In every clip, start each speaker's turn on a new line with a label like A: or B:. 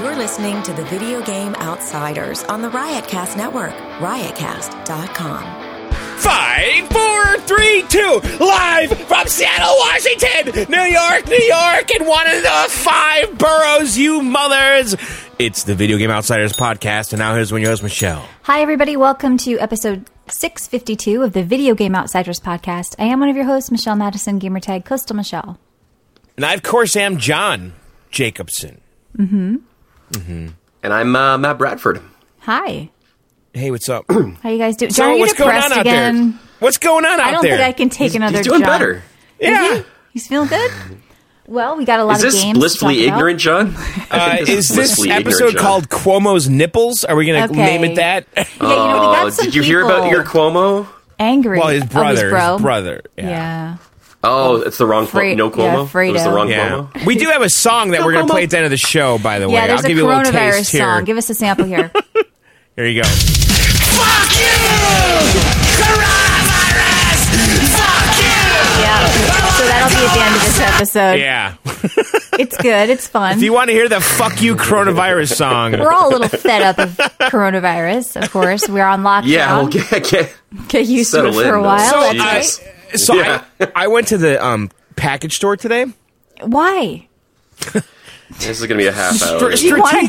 A: You're listening to the Video Game Outsiders on the Riotcast Network, riotcast.com.
B: Five, four, three, two, live from Seattle, Washington, New York, New York, and one of the five boroughs, you mothers. It's the Video Game Outsiders podcast, and now here's when your host, Michelle.
C: Hi, everybody. Welcome to episode 652 of the Video Game Outsiders podcast. I am one of your hosts, Michelle Madison, gamertag Coastal Michelle.
B: And I, of course, am John Jacobson.
D: And I'm uh, Matt Bradford.
C: Hi.
B: Hey, what's up? so,
C: How you guys doing? John, are you
B: what's going on
C: depressed
B: out
C: again?
B: there? What's going on out
C: I don't
B: there?
C: think I can take another
D: He's doing
C: John.
D: better.
B: Yeah.
C: He's feeling good? Well, we got a lot
D: Is
C: of
D: this
C: games. to
D: blissfully
C: talk about.
D: ignorant, John?
B: Uh,
D: I think
B: is this
D: blissfully ignorant,
B: episode
D: John.
B: called Cuomo's Nipples? Are we going to
C: Okay.
B: name it that?
C: Yeah, you know, we got
D: Oh,
C: some
D: did you hear about
C: people
D: your Cuomo?
C: angry?
B: well, his
C: of
B: brother. His,
C: bro.
B: brother. Yeah.
C: Yeah.
D: Oh, it's the wrong Cuomo.
C: Fre-
D: No
C: yeah,
D: Cuomo. it was the
C: Fredo.
D: wrong
B: Yeah.
D: Cuomo.
B: We do have a song that we're going to play at the end of the show, by the way.
C: Yeah, there's
B: I'll give
C: a
B: you a little
C: coronavirus
B: taste here.
C: song. Give us a sample here.
B: Here you go.
E: Fuck you! Coronavirus! Fuck you!
C: yeah. So that'll be at the end of this episode.
B: Yeah.
C: It's good. It's fun.
B: If you want to hear the fuck you coronavirus song,
C: We're all a little fed up of coronavirus, of course. We're on lockdown.
D: Yeah, well, get, get,
C: Get used to it
D: settle
C: for
D: in,
C: a
D: though.
C: while.
B: so
C: That's
D: Jesus.
B: I,
C: right.
B: so
D: Yeah.
B: I, I went to the um, package store today.
C: Why?
D: this is going to be a half hour.
C: Do you wanna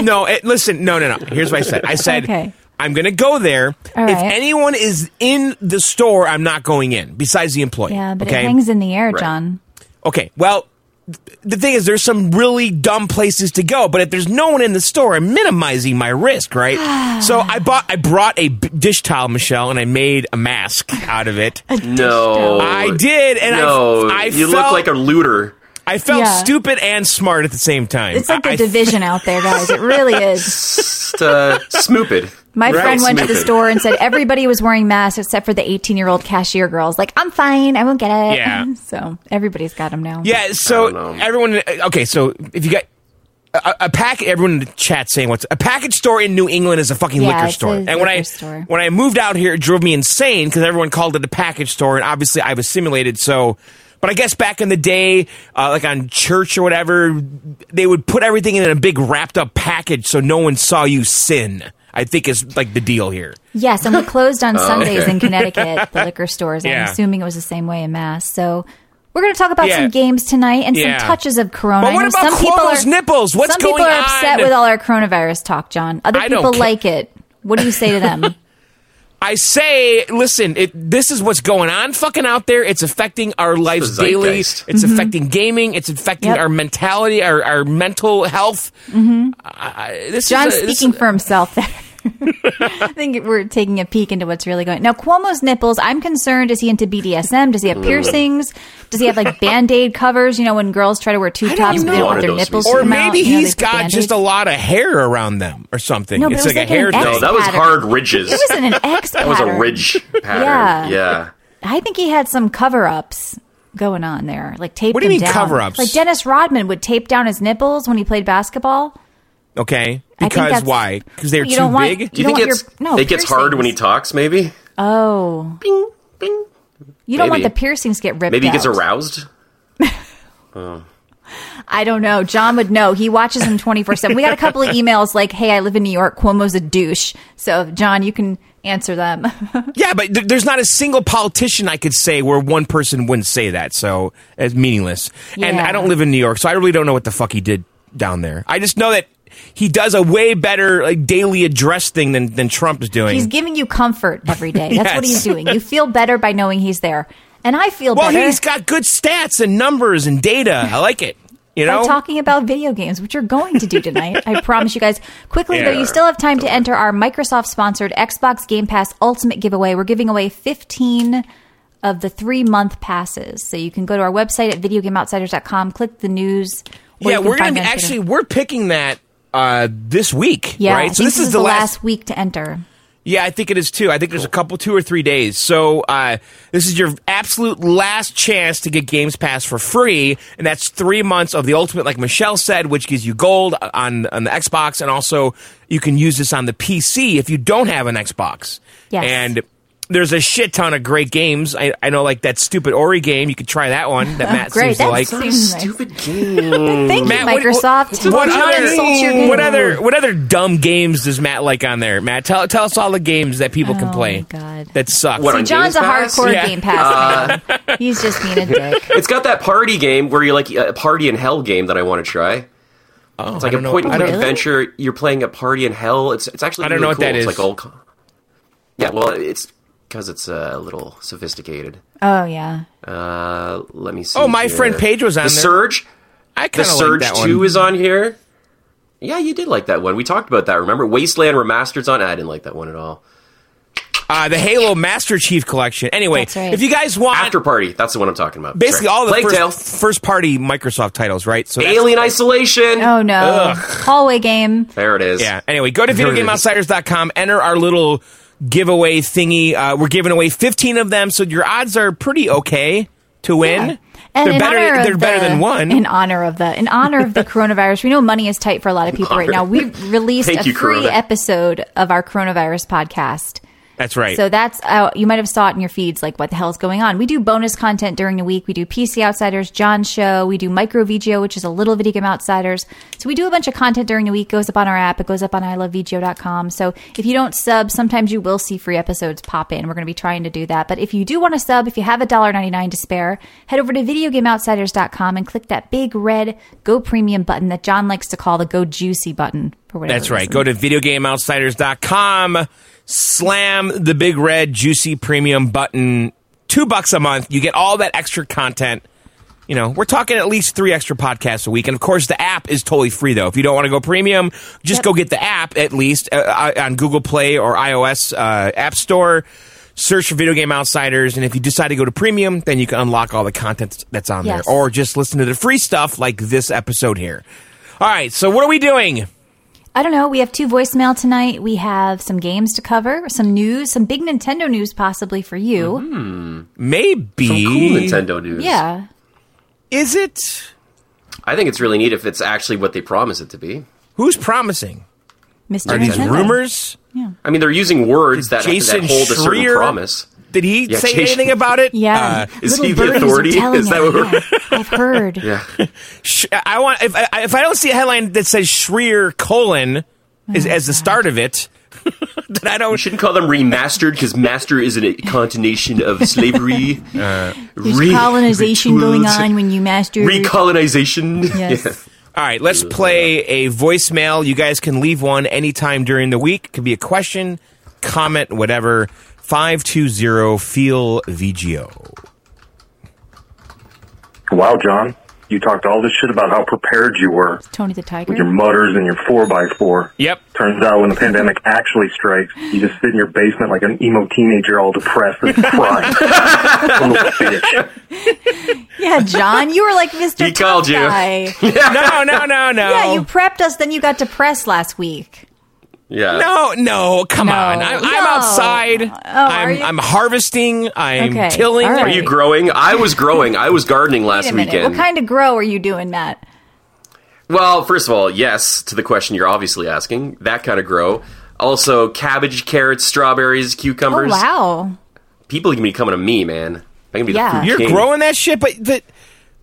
B: no, it, listen, no, no, no. Here's what I said. I said
C: Okay.
B: I'm going to go there.
C: All
B: If
C: right.
B: anyone is in the store, I'm not going in. Besides the employee.
C: Yeah, but
B: okay?
C: it hangs in the air, John.
B: Okay. Well, th- the thing is, there's some really dumb places to go, but if there's no one in the store, I'm minimizing my risk, right? so I bought, I brought a b- dish towel, Michelle, and I made a mask out of it.
D: No.
B: I did, and I-
D: no,
B: I
D: You
B: felt-
D: look like a looter.
B: I felt
C: Yeah.
B: stupid and smart at the same time.
C: It's like
B: I-
C: the
B: I-
C: division out there, guys. It really is.
D: Just, uh, smoopid.
C: My
D: Right,
C: friend went to the
D: smoopid.
C: store and said everybody was wearing masks except for the 18 year old cashier girls. Like, I'm fine. I won't get it.
B: Yeah.
C: So everybody's got them now.
B: Yeah, so
D: don't know.
B: everyone. Okay, so if you got a, a pack, everyone in the chat saying what's a package store in New England is a fucking
C: Yeah,
B: liquor
C: it's
B: store.
C: a
B: and when
C: liquor
B: I
C: store.
B: when I moved out here, it drove me insane because everyone called it a package store, and obviously I've assimilated. So, but I guess back in the day, uh, like on church or whatever, they would put everything in a big wrapped up package so no one saw you sin. I think is like the deal here.
C: Yes, and we closed on Sundays
D: okay.
C: in Connecticut, the liquor stores.
B: Oh, Yeah.
C: I'm assuming it was the same way in Mass. So we're going to talk about
B: Yeah.
C: some games tonight and
B: Yeah.
C: some touches of corona.
B: But what
C: I know
B: about
C: some people
B: Cuomo's
C: are,
B: nipples? What's
C: some people
B: going
C: are upset
B: on?
C: with all our coronavirus talk, John. Other
B: I don't
C: people
B: ca-
C: like it. What do you say to them?
B: I say, listen, it, this is what's going on fucking out there. It's affecting our lives
D: the
B: daily. It's
D: zeitgeist.
B: affecting gaming. It's affecting
C: Mm-hmm. Yep. Mm-hmm.
B: our mentality, our, our mental health. I- I- this
C: John's
B: is a- this
C: speaking
B: is-
C: for himself there. I think we're taking a peek into what's really going. Now Cuomo's nipples. I'm concerned. Is he into BDSM? Does he have piercings? Does he have like band aid covers? You know, when girls try to wear two
B: don't
C: tops, but
B: know.
C: they don't want
D: One
C: their
D: of those
C: nipples.
D: we
C: to
B: or
C: come out,
B: maybe
C: you know,
B: he's
C: they put
B: got just a
C: Band-Aids.
B: lot of hair around them or something.
C: No, but
B: it's
C: it was
B: like,
C: like
B: a hair
C: an
B: thing.
D: No, that was
C: Pattern.
D: hard ridges.
C: It was an X.
D: that was a ridge pattern. Yeah.
C: I think he had some cover ups going on there, like taped.
B: What do you
C: him
B: mean
C: down.
B: cover-ups?
C: Like Dennis Rodman would tape down his nipples when he played basketball.
B: Okay.
C: I think
B: Because
C: that's-
B: why? Because they're
C: You
B: too
C: don't want-
B: big?
D: Do
C: You
D: you, think
C: don't
D: it's
C: want your- no,
D: it gets hard when he
C: piercings.
D: talks? Maybe.
C: Oh,
D: Bing, bing.
C: you don't want the
D: Maybe.
C: piercings get ripped.
D: Maybe he gets
C: out.
D: aroused.
C: I don't know. John would know. He watches him twenty four seven. We got a couple of emails like, "Hey, I live in New York. Cuomo's a douche." So, John, you can answer them.
B: Yeah, but th- there's not a single politician I could say where one person wouldn't say that. So it's meaningless. And
C: Yeah.
B: I don't live in New York, so I really don't know what the fuck he did down there. I just know that he does a way better like, daily address thing than, than Trump is doing.
C: he's giving you comfort every day. That's what
B: Yes.
C: he's doing. You feel better by knowing he's there, and I feel
B: well,
C: better
B: he's got good stats and numbers and data. I like it. You
C: by
B: know?
C: talking about video games, which you're going to do tonight. I promise you guys. Quickly, though,
B: Yeah.
C: you still have time to enter our Microsoft sponsored Xbox Game Pass Ultimate giveaway. We're giving away 15 of the three month passes. So you can go to our website at videogameoutsiders.com, click the news. or
B: yeah,
C: you can
B: we're going
C: find
B: to
C: me on Twitter.
B: actually, we're picking that uh, this week,
C: Yeah, I
B: right? So
C: think
B: this, is, the last
C: week to enter.
B: Yeah, I think it is too. I think there's a couple, two or three days. So uh, this is your absolute last chance to get Games Pass for free, and that's three months of the Ultimate, like Michelle said, which gives you gold on on the Xbox, and also you can use this on the PC if you don't have an Xbox.
C: Yes.
B: And there's a shit ton of great games. I, I know like that stupid Ori game. You could try that one that Matt seems
C: Great,
B: to
C: that
B: like.
C: sounds
D: Stupid game.
C: Thank
B: Mm. Matt,
C: you,
B: what-
C: Microsoft.
B: What
C: Don't you insult your
B: other,
C: game.
B: what other what other dumb games does Matt like on there? Matt, tell tell us all the games that people can
C: Oh,
B: play.
C: my God.
B: That sucks.
D: What
C: So
D: on
C: John's a
D: Games Pass?
C: hardcore
B: Yeah. Uh,
C: Game Pass fan. He's just being a dick.
D: It's got that party game where you're like a party in hell game that I want to try. Oh, it's like
B: don't
D: a
B: know-
D: point and
B: I
D: click
B: don't-
D: adventure. You're playing a party in hell. It's it's actually
B: I don't
D: really
B: know what
D: cool.
B: that
D: it's
B: is.
D: Like all, co- yeah, well, it's because it's uh, a little sophisticated.
C: Oh yeah.
D: Uh, let me see.
B: Oh, my
D: here.
B: friend Paige was on
D: the
B: there.
D: Surge.
B: I
D: The
B: kind of like
D: Surge
B: that
D: Two
B: one.
D: is on here. Yeah, you did like that one. We talked about that. Remember, Wasteland Remastered's on. I didn't like that one at all.
B: Uh, the Halo Master Chief Collection. Anyway,
C: That's right.
B: if you guys want,
D: After Party. That's the one I'm talking about.
B: basically
D: Sorry.
B: all the
D: Plague Tale,
B: first, first party Microsoft titles, right? So that's-
D: Alien Isolation.
C: Oh no. Hallway game.
D: There it is.
B: Yeah. Anyway, go to
D: There it is.
B: videogameoutsiders.com, enter our little giveaway thingy. Uh, we're giving away 15 of them, so your odds are pretty okay to win.
C: And
B: they're
C: in
B: better
C: honor of
B: they're better
C: the-
B: than one.
C: In honor of the in honor of the coronavirus, we know money is tight for a lot of people right now. We released
D: Thank
C: a
D: you,
C: free
D: Corona.
C: episode of our coronavirus podcast.
B: That's right.
C: So that's out. You might have saw it in your feeds, like what the hell is going on. We do bonus content during the week. We do PC Outsiders, John's show. We do Micro VGO, which is a little video game outsiders. So we do a bunch of content during the week. Goes up on our app. It goes up on ilovevgo.com. So if you don't sub, sometimes you will see free episodes pop in. We're going to be trying to do that. But if you do want to sub, if you have a dollar ninety nine to spare, head over to videogameoutsiders.com and click that big red Go Premium button that John likes to call the Go Juicy button for whatever.
B: That's right.
C: reason.
B: Go to videogameoutsiders.com, slam the big red juicy premium button. Two bucks a month. You get all that extra content. You know, we're talking at least three extra podcasts a week. And of course, the app is totally free, though. If you don't want to go premium, just go get the app at least uh, on Google Play or iOS uh, App Store. Search for Video Game Outsiders. And if you decide to go to premium, then you can unlock all the content that's on
C: Yes.
B: there. Or just listen to the free stuff like this episode here. All right. So, what are we doing?
C: I don't know. We have two voicemail tonight. We have some games to cover, some news, some big Nintendo news possibly for you.
B: Maybe.
D: Some cool Nintendo news.
C: Yeah.
B: Is it?
D: I think it's really neat if it's actually what they promise it to be.
B: Who's promising?
C: Mr.
B: Are these
C: Nintendo.
B: rumors?
D: I mean, they're using words that,
B: Jason
D: that hold a certain
B: Schreier?
D: promise.
B: Did he
D: Yeah,
B: say
D: Jason-
B: anything about it?
C: Yeah.
B: Uh,
D: is
C: Little
D: he the
C: birdies are
D: authority?
C: telling
D: Is
C: it.
D: that what we're-
C: Yeah. I've heard.
D: Yeah.
B: sh- I want if I, if I don't see a headline that says Schreer colon is, as the start of it, then I
D: We
B: don't.
D: shouldn't call them remastered because master is a continuation of slavery.
B: Uh,
C: There's
D: Re-
C: colonization going
D: rituals.
C: on when you master.
D: Recolonization.
C: Yes.
D: Yeah.
B: All right, let's play a voicemail. You guys can leave one anytime during the week. Could be a question, comment, whatever. Five two zero E feel VGO.
F: Wow, John, you talked all this shit about how prepared you were
C: Tony the Tiger.
F: with your mutters and your 4x4.
B: Yep.
F: Turns out when the pandemic actually strikes, you just sit in your basement like an emo teenager all depressed and crying. Little bitch.
C: yeah, John, you were like Mr.
D: He
C: Tough
D: called you.
C: Guy.
B: No, no, no, no.
C: Yeah, you prepped us, then you got depressed last week.
D: Yeah.
B: No, no, come
C: No,
B: on. I, I'm
C: no. Oh,
B: outside.
C: are
B: I'm,
C: you?
B: I'm harvesting. I'm
C: Okay,
B: tilling.
C: all
D: Are you
C: right.
D: growing? I was growing. I was gardening
C: Wait
D: last
C: a minute.
D: weekend.
C: What kind of grow are you doing, Matt?
D: Well, first of all, yes to the question you're obviously asking. That kind of grow. Also, cabbage, carrots, strawberries,
C: Oh,
D: cucumbers.
C: wow.
D: People can be coming to me, man. I can be
C: Yeah.
D: the fruit
B: You're
D: king.
B: growing that shit, but the,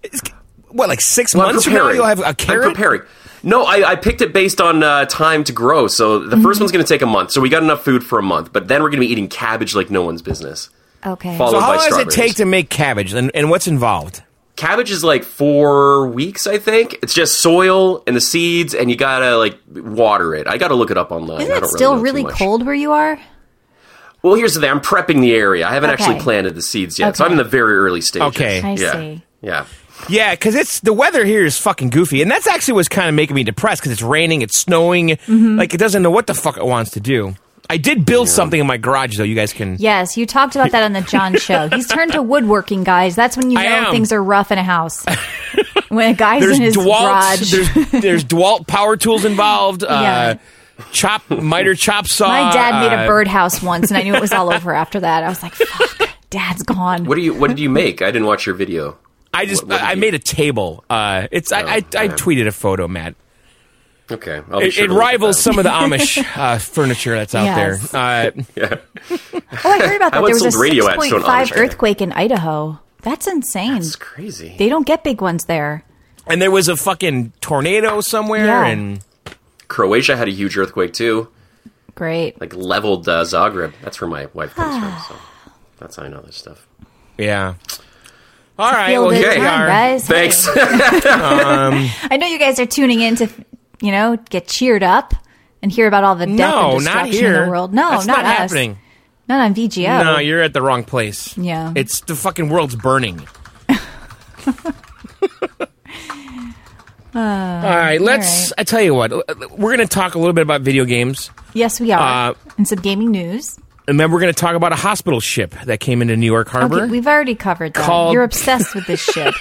B: it's- what, like six
D: Well,
B: months
D: I'm
B: from now,
D: preparing.
B: you'll have a carrot.
D: I'm preparing. No, I, I picked it based on uh, time to grow. So the
C: Mm-hmm.
D: first one's going to take a month. So we got enough food for a month. But then we're going to be eating cabbage like no one's business.
C: Okay.
D: Follow-
B: So how
D: by
B: long does it
D: strawberries.
B: take to make cabbage, and, and what's involved?
D: Cabbage is like four weeks, I think. It's just soil and the seeds, and you gotta like water it. I gotta look it up online.
C: Isn't
D: I
C: it
D: don't
C: still
D: know too
C: really
D: much.
C: cold where you are?
D: Well, here's the thing. I'm prepping the area. I haven't actually
C: Okay.
D: planted the seeds yet, so
C: Okay.
D: I'm in the very early stages.
B: Okay.
C: I
D: yeah.
C: see.
D: Yeah.
B: Yeah, because it's the weather here is fucking goofy, and that's actually what's kind of making me depressed because it's raining, it's snowing,
C: Mm-hmm.
B: like it doesn't know what the fuck it wants to do. I did build something in my garage, though. You guys can.
C: Yes, you talked about that on the John show. He's turned to woodworking, guys. That's when you
B: I
C: know
B: am.
C: things are rough in a house. When a guy's
B: there's
C: in his
B: Dewalt,
C: garage.
B: there's there's Dewalt power tools involved.
C: Yeah.
B: Uh, chop miter chop saw.
C: My dad made a
B: uh,
C: birdhouse once, and I knew it was all over after that. I was like, fuck, dad's gone.
D: What do you? What did you make? I didn't watch your video.
B: I just
D: What- what did
B: I
D: you- Oh,
B: made a table. Uh, it's I, I I
D: man.
B: tweeted a photo, Matt.
D: Okay, I'll be
B: It,
D: sure
B: it
D: to look at
B: rivals
D: that.
B: some of the Amish uh, furniture that's out
C: Yes.
B: there. Uh,
C: Oh, I heard about that.
D: once
C: There was a
D: sold radio ads to an
C: 6.5
D: Amish guy.
C: earthquake in Idaho. That's insane.
D: It's crazy.
C: they don't get big ones there.
B: and there was a fucking tornado somewhere,
C: Yeah.
B: and
D: Croatia had a huge earthquake too,
C: Great.
D: like leveled uh, Zagreb. That's where my wife comes from, so that's how I know this stuff.
B: yeah. All right,
C: Feel
B: well
C: good
B: here we
C: time,
B: are.
C: guys.
D: Thanks.
C: Hey. I know you guys are tuning in to, you know, get cheered up and hear about all the death
B: No,
C: and
B: not
C: destruction
B: here.
C: in the world. No,
B: That's
C: not, us.
B: happening.
C: Not on VGO.
B: No, you're at the wrong place.
C: Oh. Yeah.
B: it's the fucking world's burning. all right, let's.
C: Uh, right.
B: I tell you what, l- l- we're going to talk a little bit about video games.
C: yes, we are.
B: Uh,
C: and some gaming news.
B: And then we're going to talk about a hospital ship that came into New York Harbor.
C: Okay, we've already covered that.
B: Called-
C: You're obsessed with this shit.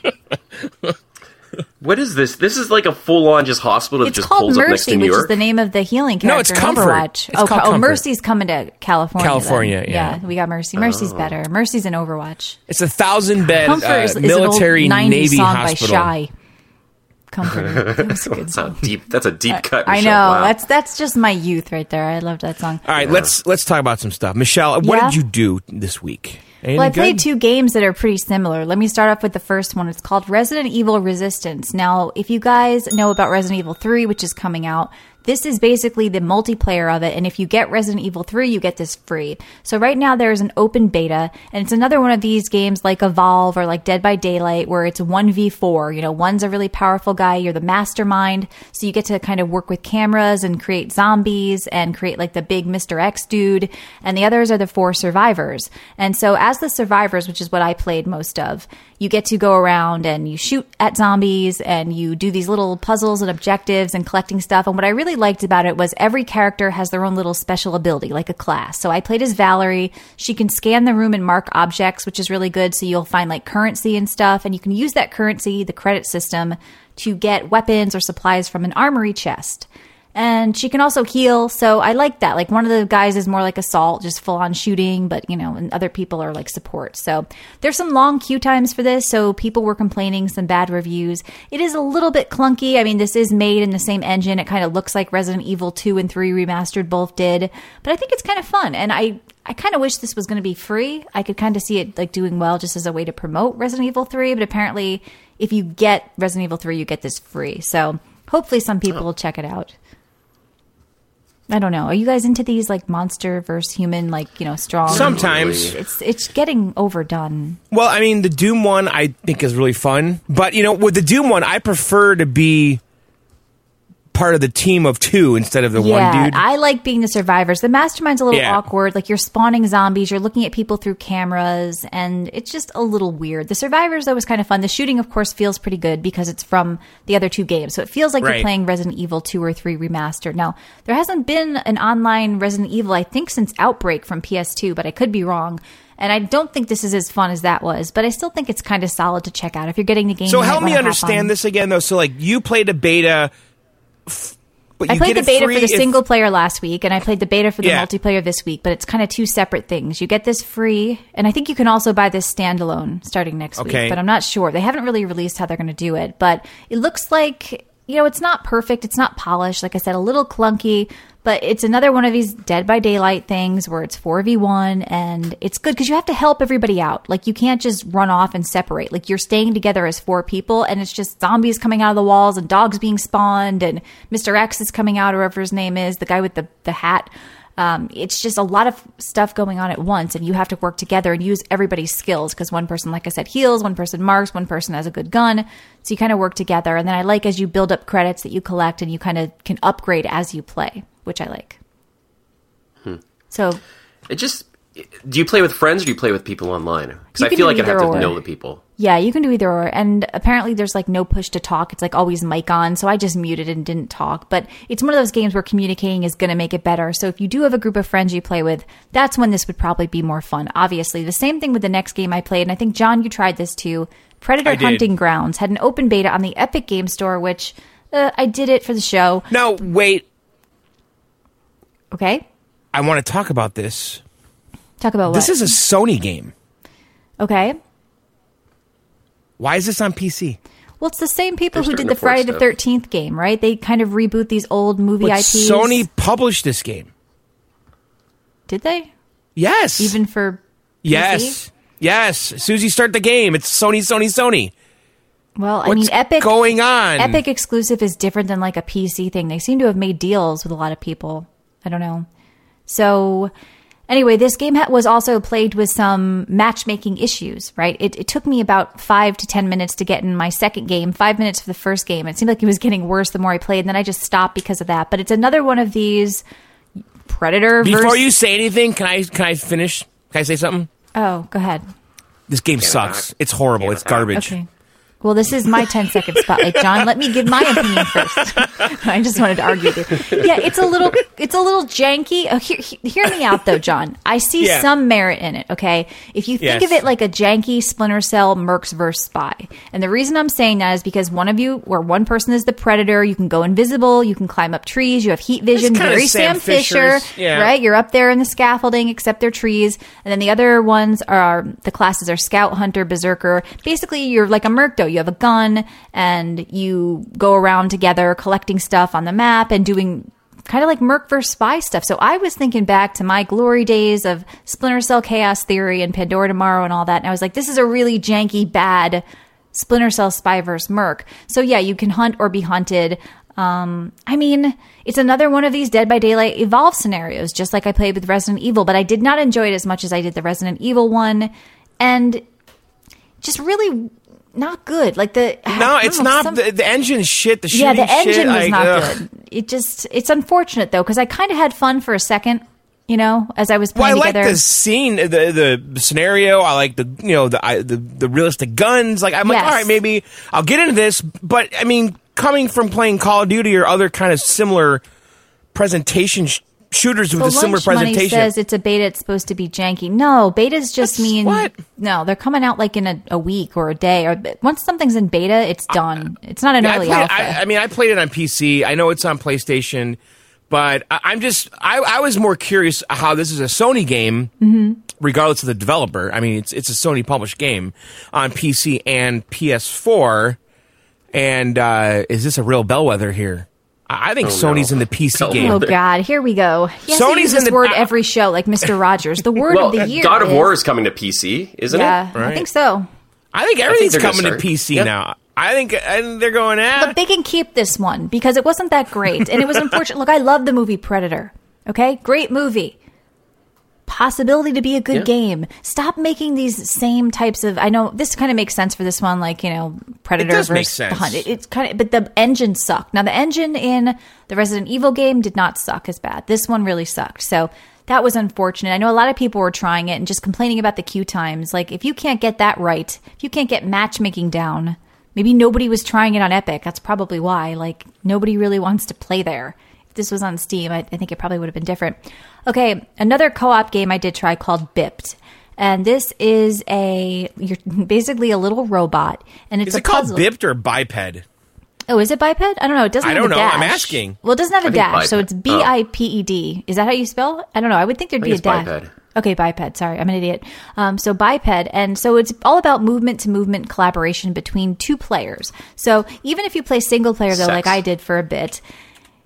D: what is this? This is like a full on just hospital that
C: it's
D: just
C: called
D: pulls up next
C: Mercy,
D: to New
C: which is
D: York.
C: the name of the healing character
B: No, it's
C: in
B: Comfort.
C: Overwatch.
B: It's
C: oh,
B: called
C: oh,
B: Comfort.
C: Mercy's coming to California. then.
B: California, yeah.
C: we got Mercy.
D: Oh.
C: Mercy's better. Mercy's in Overwatch.
B: it's a thousand bed
C: Comfort
B: uh,
C: is, is
B: military
C: an old 90s
B: navy
C: song
B: hospital.
C: by Shy. Comfort. That was a good
D: That's a
C: song.
D: deep. That's a deep cut.
C: Uh, I know.
D: Michelle. Wow.
C: That's that's just my youth right there. I love that song.
B: All right, let's let's talk about some stuff. Michelle, what
C: Yeah?
B: did you do this week? Anything
C: Well, I played
B: good?
C: two games that are pretty similar. Let me start off with the first one. It's called Resident Evil Resistance. Now, if you guys know about Resident Evil 3, which is coming out, this is basically the multiplayer of it. And if you get Resident Evil 3, you get this free. So right now there is an open beta, and it's another one of these games like Evolve or like Dead by Daylight, where it's 1v4. You know, one's a really powerful guy, you're the mastermind. So you get to kind of work with cameras and create zombies and create like the big Mr. X dude. And the others are the four survivors. And so, as the survivors, which is what I played most of, you get to go around and you shoot at zombies and you do these little puzzles and objectives and collecting stuff. And what I really liked about it was every character has their own little special ability, like a class. So, I played as Valerie. She can scan the room and mark objects, which is really good. So, you'll find like currency and stuff. And you can use that currency, the credit system, to get weapons or supplies from an armory chest and she can also heal. So I like that. Like one of the guys is more like assault, just full on shooting, but you know, and other people are like support. So there's some long queue times for this. So people were complaining, some bad reviews. It is a little bit clunky. I mean, this is made in the same engine. It kind of looks like Resident Evil 2 and 3 remastered both did, but I think it's kind of fun. And I, I kind of wish this was going to be free. I could kind of see it like doing well just as a way to promote Resident Evil 3, but apparently if you get Resident Evil 3, you get this free. So hopefully some people will check it out. I don't know. Are you guys into these like monster versus human, like you know, strong?
B: Sometimes,
C: it's it's getting overdone.
B: well, I mean, the Doom one I think is really fun, but you know, with the Doom one, I prefer to be part of the team of two instead of the
C: yeah,
B: one dude.
C: I like being the survivors. The mastermind's a little
B: Yeah.
C: awkward. Like you're spawning zombies, you're looking at people through cameras, and it's just a little weird. The survivors though was kind of fun. The shooting, of course, feels pretty good because it's from the other two games, so it feels like
B: Right.
C: you're playing Resident Evil two or three remastered. Now there hasn't been an online Resident Evil, I think, since Outbreak from PS two, but I could be wrong. And I don't think this is as fun as that was, but I still think it's kind of solid to check out if you're getting the game.
B: so
C: you might
B: help me
C: wanna hop on.
B: understand this again, though. So, like, you played a beta, f- but
C: I
B: you
C: played
B: get
C: the
B: it
C: beta
B: free
C: for the
B: if-
C: single player last week, and I played the beta for the
B: Yeah.
C: multiplayer this week. But it's kind of two separate things. You get this free, and I think you can also buy this standalone starting next
B: Okay.
C: week. But I'm not sure. They haven't really released how they're going to do it. But it looks like you know it's not perfect. It's not polished. Like I said, a little clunky. But it's another one of these Dead by Daylight things where it's 4v1 and it's good because you have to help everybody out. Like, you can't just run off and separate. Like, you're staying together as four people and it's just zombies coming out of the walls and dogs being spawned and Mr. X is coming out, or whatever his name is, the guy with the, the hat. Um, it's just a lot of stuff going on at once, and you have to work together and use everybody's skills because one person, like I said, heals, one person marks, one person has a good gun. So you kind of work together. And then I like as you build up credits that you collect and you kind of can upgrade as you play, which I like. So
D: It just. Do you play with friends or do you play with people online?
C: You
D: Because I
C: can
D: feel
C: do
D: like I have
C: either
D: to
C: or.
D: know the people.
C: Yeah, you can do either or. And apparently there's like no push to talk. It's like always mic on. So I just muted and didn't talk. But it's one of those games where communicating is going to make it better. So if you do have a group of friends you play with, that's when this would probably be more fun. Obviously, the same thing with the next game I played. And I think, John, you tried this too. Predator
B: did.
C: Hunting Grounds had an open beta on the Epic Game Store, which uh, I did it for the show.
B: No, wait.
C: Okay.
B: I want to talk about this.
C: Talk about what?
B: This is a Sony game.
C: okay.
B: Why is this on PC?
C: Well, it's the same people
D: They're
C: who did
D: starting
C: the
D: to force
C: Friday the
D: stuff.
C: Thirteenth game, right? They kind of reboot these old movie
B: But
C: IPs.
B: Sony published this game.
C: did they
B: Yes.
C: even for
B: yes. Yes. Susie, start the game. It's Sony, Sony, Sony.
C: Well, I
B: What's
C: mean, Epic
B: going on?
C: Epic exclusive is different than like a PC thing. They seem to have made deals with a lot of people. I don't know. So, anyway, this game ha- was also plagued with some matchmaking issues. Right? It, it took me about five to ten minutes to get in my second game. Five minutes for the first game. It seemed like it was getting worse the more I played, and then I just stopped because of that. But it's another one of these predator.
B: Before
C: versus-
B: you say anything, can I can I finish? Can I say something?
C: oh, go ahead.
B: This game sucks. It's horrible. It's garbage.
C: Okay. Well, this is my 10 second spotlight, John. Let me give my opinion first. I just wanted to argue with you. Yeah, it's a little it's a little janky. Oh, hear, he- hear me out though, John. I see
B: Yeah.
C: some merit in it, okay? If you think
B: Yes.
C: of it like a janky Splinter Cell Mercs verse Spy. And the reason I'm saying that is because one of you or one person is the predator, you can go invisible, you can climb up trees, you have heat vision,
B: kinda
C: very
B: Sam
C: Sam, Fisher,
B: Fisher's- yeah.
C: right? You're up there in the scaffolding, except they're trees. And then the other ones are the classes are scout, hunter, berserker. Basically, you're like a merc, though. You have a gun and you go around together collecting stuff on the map and doing kind of like merc versus spy stuff. So I was thinking back to my glory days of Splinter Cell Chaos Theory and Pandora Tomorrow and all that. And I was like, this is a really janky, bad Splinter Cell Spy versus Merc. So yeah, you can hunt or be hunted. Um, I mean, it's another one of these Dead by Daylight evolve scenarios, just like I played with Resident Evil, but I did not enjoy it as much as I did the Resident Evil one, and just really not good. Like the
B: No,
C: I don't
B: it's
C: know,
B: not
C: Oh, some-
B: the, the engine's shit. The shooting
C: yeah, the engine
B: shit,
C: was
B: like,
C: not
B: ugh.
C: good. It just it's unfortunate though because I kind of had fun for a second, you know, as I was
B: Well, I
C: playing
B: like
C: together.
B: the scene, the the scenario. I like the you know the I, the, the realistic guns. Like I'm like,
C: Yes.
B: all right, maybe I'll get into this. But I mean, coming from playing Call of Duty or other kind of similar presentation sh- shooters with
C: Well,
B: a similar
C: Lunch Money
B: presentation,
C: says it's a beta. It's supposed to be janky. No, betas just
B: That's-
C: mean
B: what?
C: no. They're coming out like in a, a week or a day. Or once something's in beta, it's done. it's not an
B: Yeah, I,
C: early
B: played,
C: alpha.
B: I, I mean, I played it on PC. I know it's on PlayStation, but I, I'm just I, I was more curious how this is a Sony game,
C: Mm-hmm.
B: regardless of the developer. I mean, it's it's a Sony published game on PC and PS4. And uh, is this a real bellwether here? I I
D: Oh,
B: think Sony's in the PC
C: oh
B: game.
C: God, here we go. Yes,
B: Sony's
C: Sony's use
B: in
C: this
B: the-
C: word
B: I- uh,
C: every show, like Mister Rogers. The word
D: Well,
C: of the year.
D: God of War
C: is-
D: is coming to PC, isn't
C: Yeah,
D: it?
B: Right.
C: I think so.
B: I think everything's
D: they're gonna
B: coming to
D: start.
B: PC
D: Yep.
B: now. I think, I think they're going "Ah, at.
C: But they can keep this one because it wasn't that great, and it was unfortunate. Look, I love the movie Predator. Okay, great movie. Possibility to be a good game. Stop making these same types of. I know this kind of makes sense for this one, like you know, Predator
B: does make
C: versus
B: sense.
C: the Hunt. It, it's kind of, but the engine sucked. Now the engine in the Resident Evil game did not suck as bad. This one really sucked. So. That was unfortunate. I know a lot of people were trying it and just complaining about the queue times. Like, if you can't get that right, if you can't get matchmaking down, Maybe nobody was trying it on Epic. That's probably why. Like, nobody really wants to play there. If this was on Steam, I, I think it probably would have been different. Okay, another co op game I did try called Bipped. And this is a, you're basically a little robot. And it's
B: is
C: a
B: it called
C: puzzle.
B: Bipped or Biped?
C: Oh, is it biped? I don't know. It doesn't
B: I
C: have
B: don't
C: a
B: know.
C: dash.
B: I'm asking.
C: Well, it doesn't have a
D: think
C: dash, so it's
D: biped.
C: B I P E D. Is that how you spell? it? I don't know. I would think there'd
D: think
C: be a dash.
D: it's biped.
C: Okay, biped. Sorry, I'm an idiot. Um, so biped, and so it's all about movement to movement collaboration between two players. So even if you play single player though, like
D: Sex.
C: I did for a bit,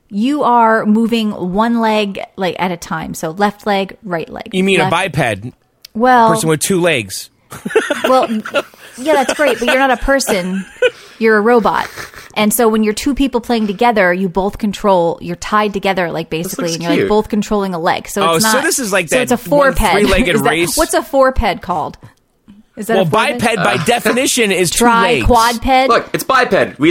C: you are moving one leg like at a time. So left leg, right leg.
B: You mean
C: left-
B: a biped?
C: Well,
B: Person with two legs.
C: well, yeah, that's great, but you're not a person. You're a robot. And so when you're two people playing together, you both control, you're tied together, like basically,
D: looks
C: and you're like
D: cute.
C: both controlling a leg. So
B: Oh,
C: it's
B: so
C: not.
B: this is like
C: so
B: that
C: it's a
B: one
C: four-ped.
B: three-legged
C: Is that-
B: race?
C: What's a four-ped called? Is that
B: Well,
C: a four-ped?
B: biped
D: Uh.
B: by definition is two
C: Tri,
B: legs.
C: quadped.
D: Look, it's biped. We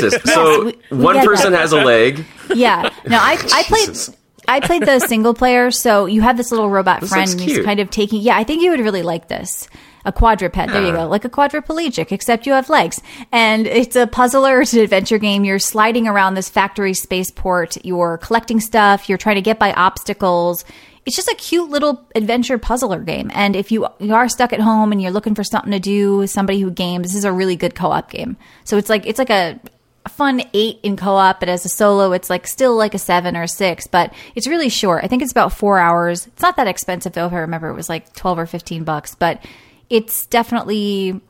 D: this. So
C: we- we
D: one
C: get
D: person
C: that.
D: has a leg.
C: Yeah. No, I I
D: Jesus.
C: played I played the single player, so you have this little robot friend
D: looks
C: and he's
D: cute.
C: kind of taking Yeah, I think you would really like this. A quadruped, there you go, like a quadriplegic, except you have legs. And it's a puzzler, it's an adventure game. You're sliding around this factory spaceport, you're collecting stuff, you're trying to get by obstacles. It's just a cute little adventure puzzler game. And if you, you are stuck at home and you're looking for something to do, somebody who games, this is a really good co op game. So it's like it's like a a fun eight in co-op, but as a solo, it's like still like a seven or a six, but it's really short. I think it's about four hours. It's not that expensive though. If I remember, it was like twelve or fifteen bucks, but it's definitely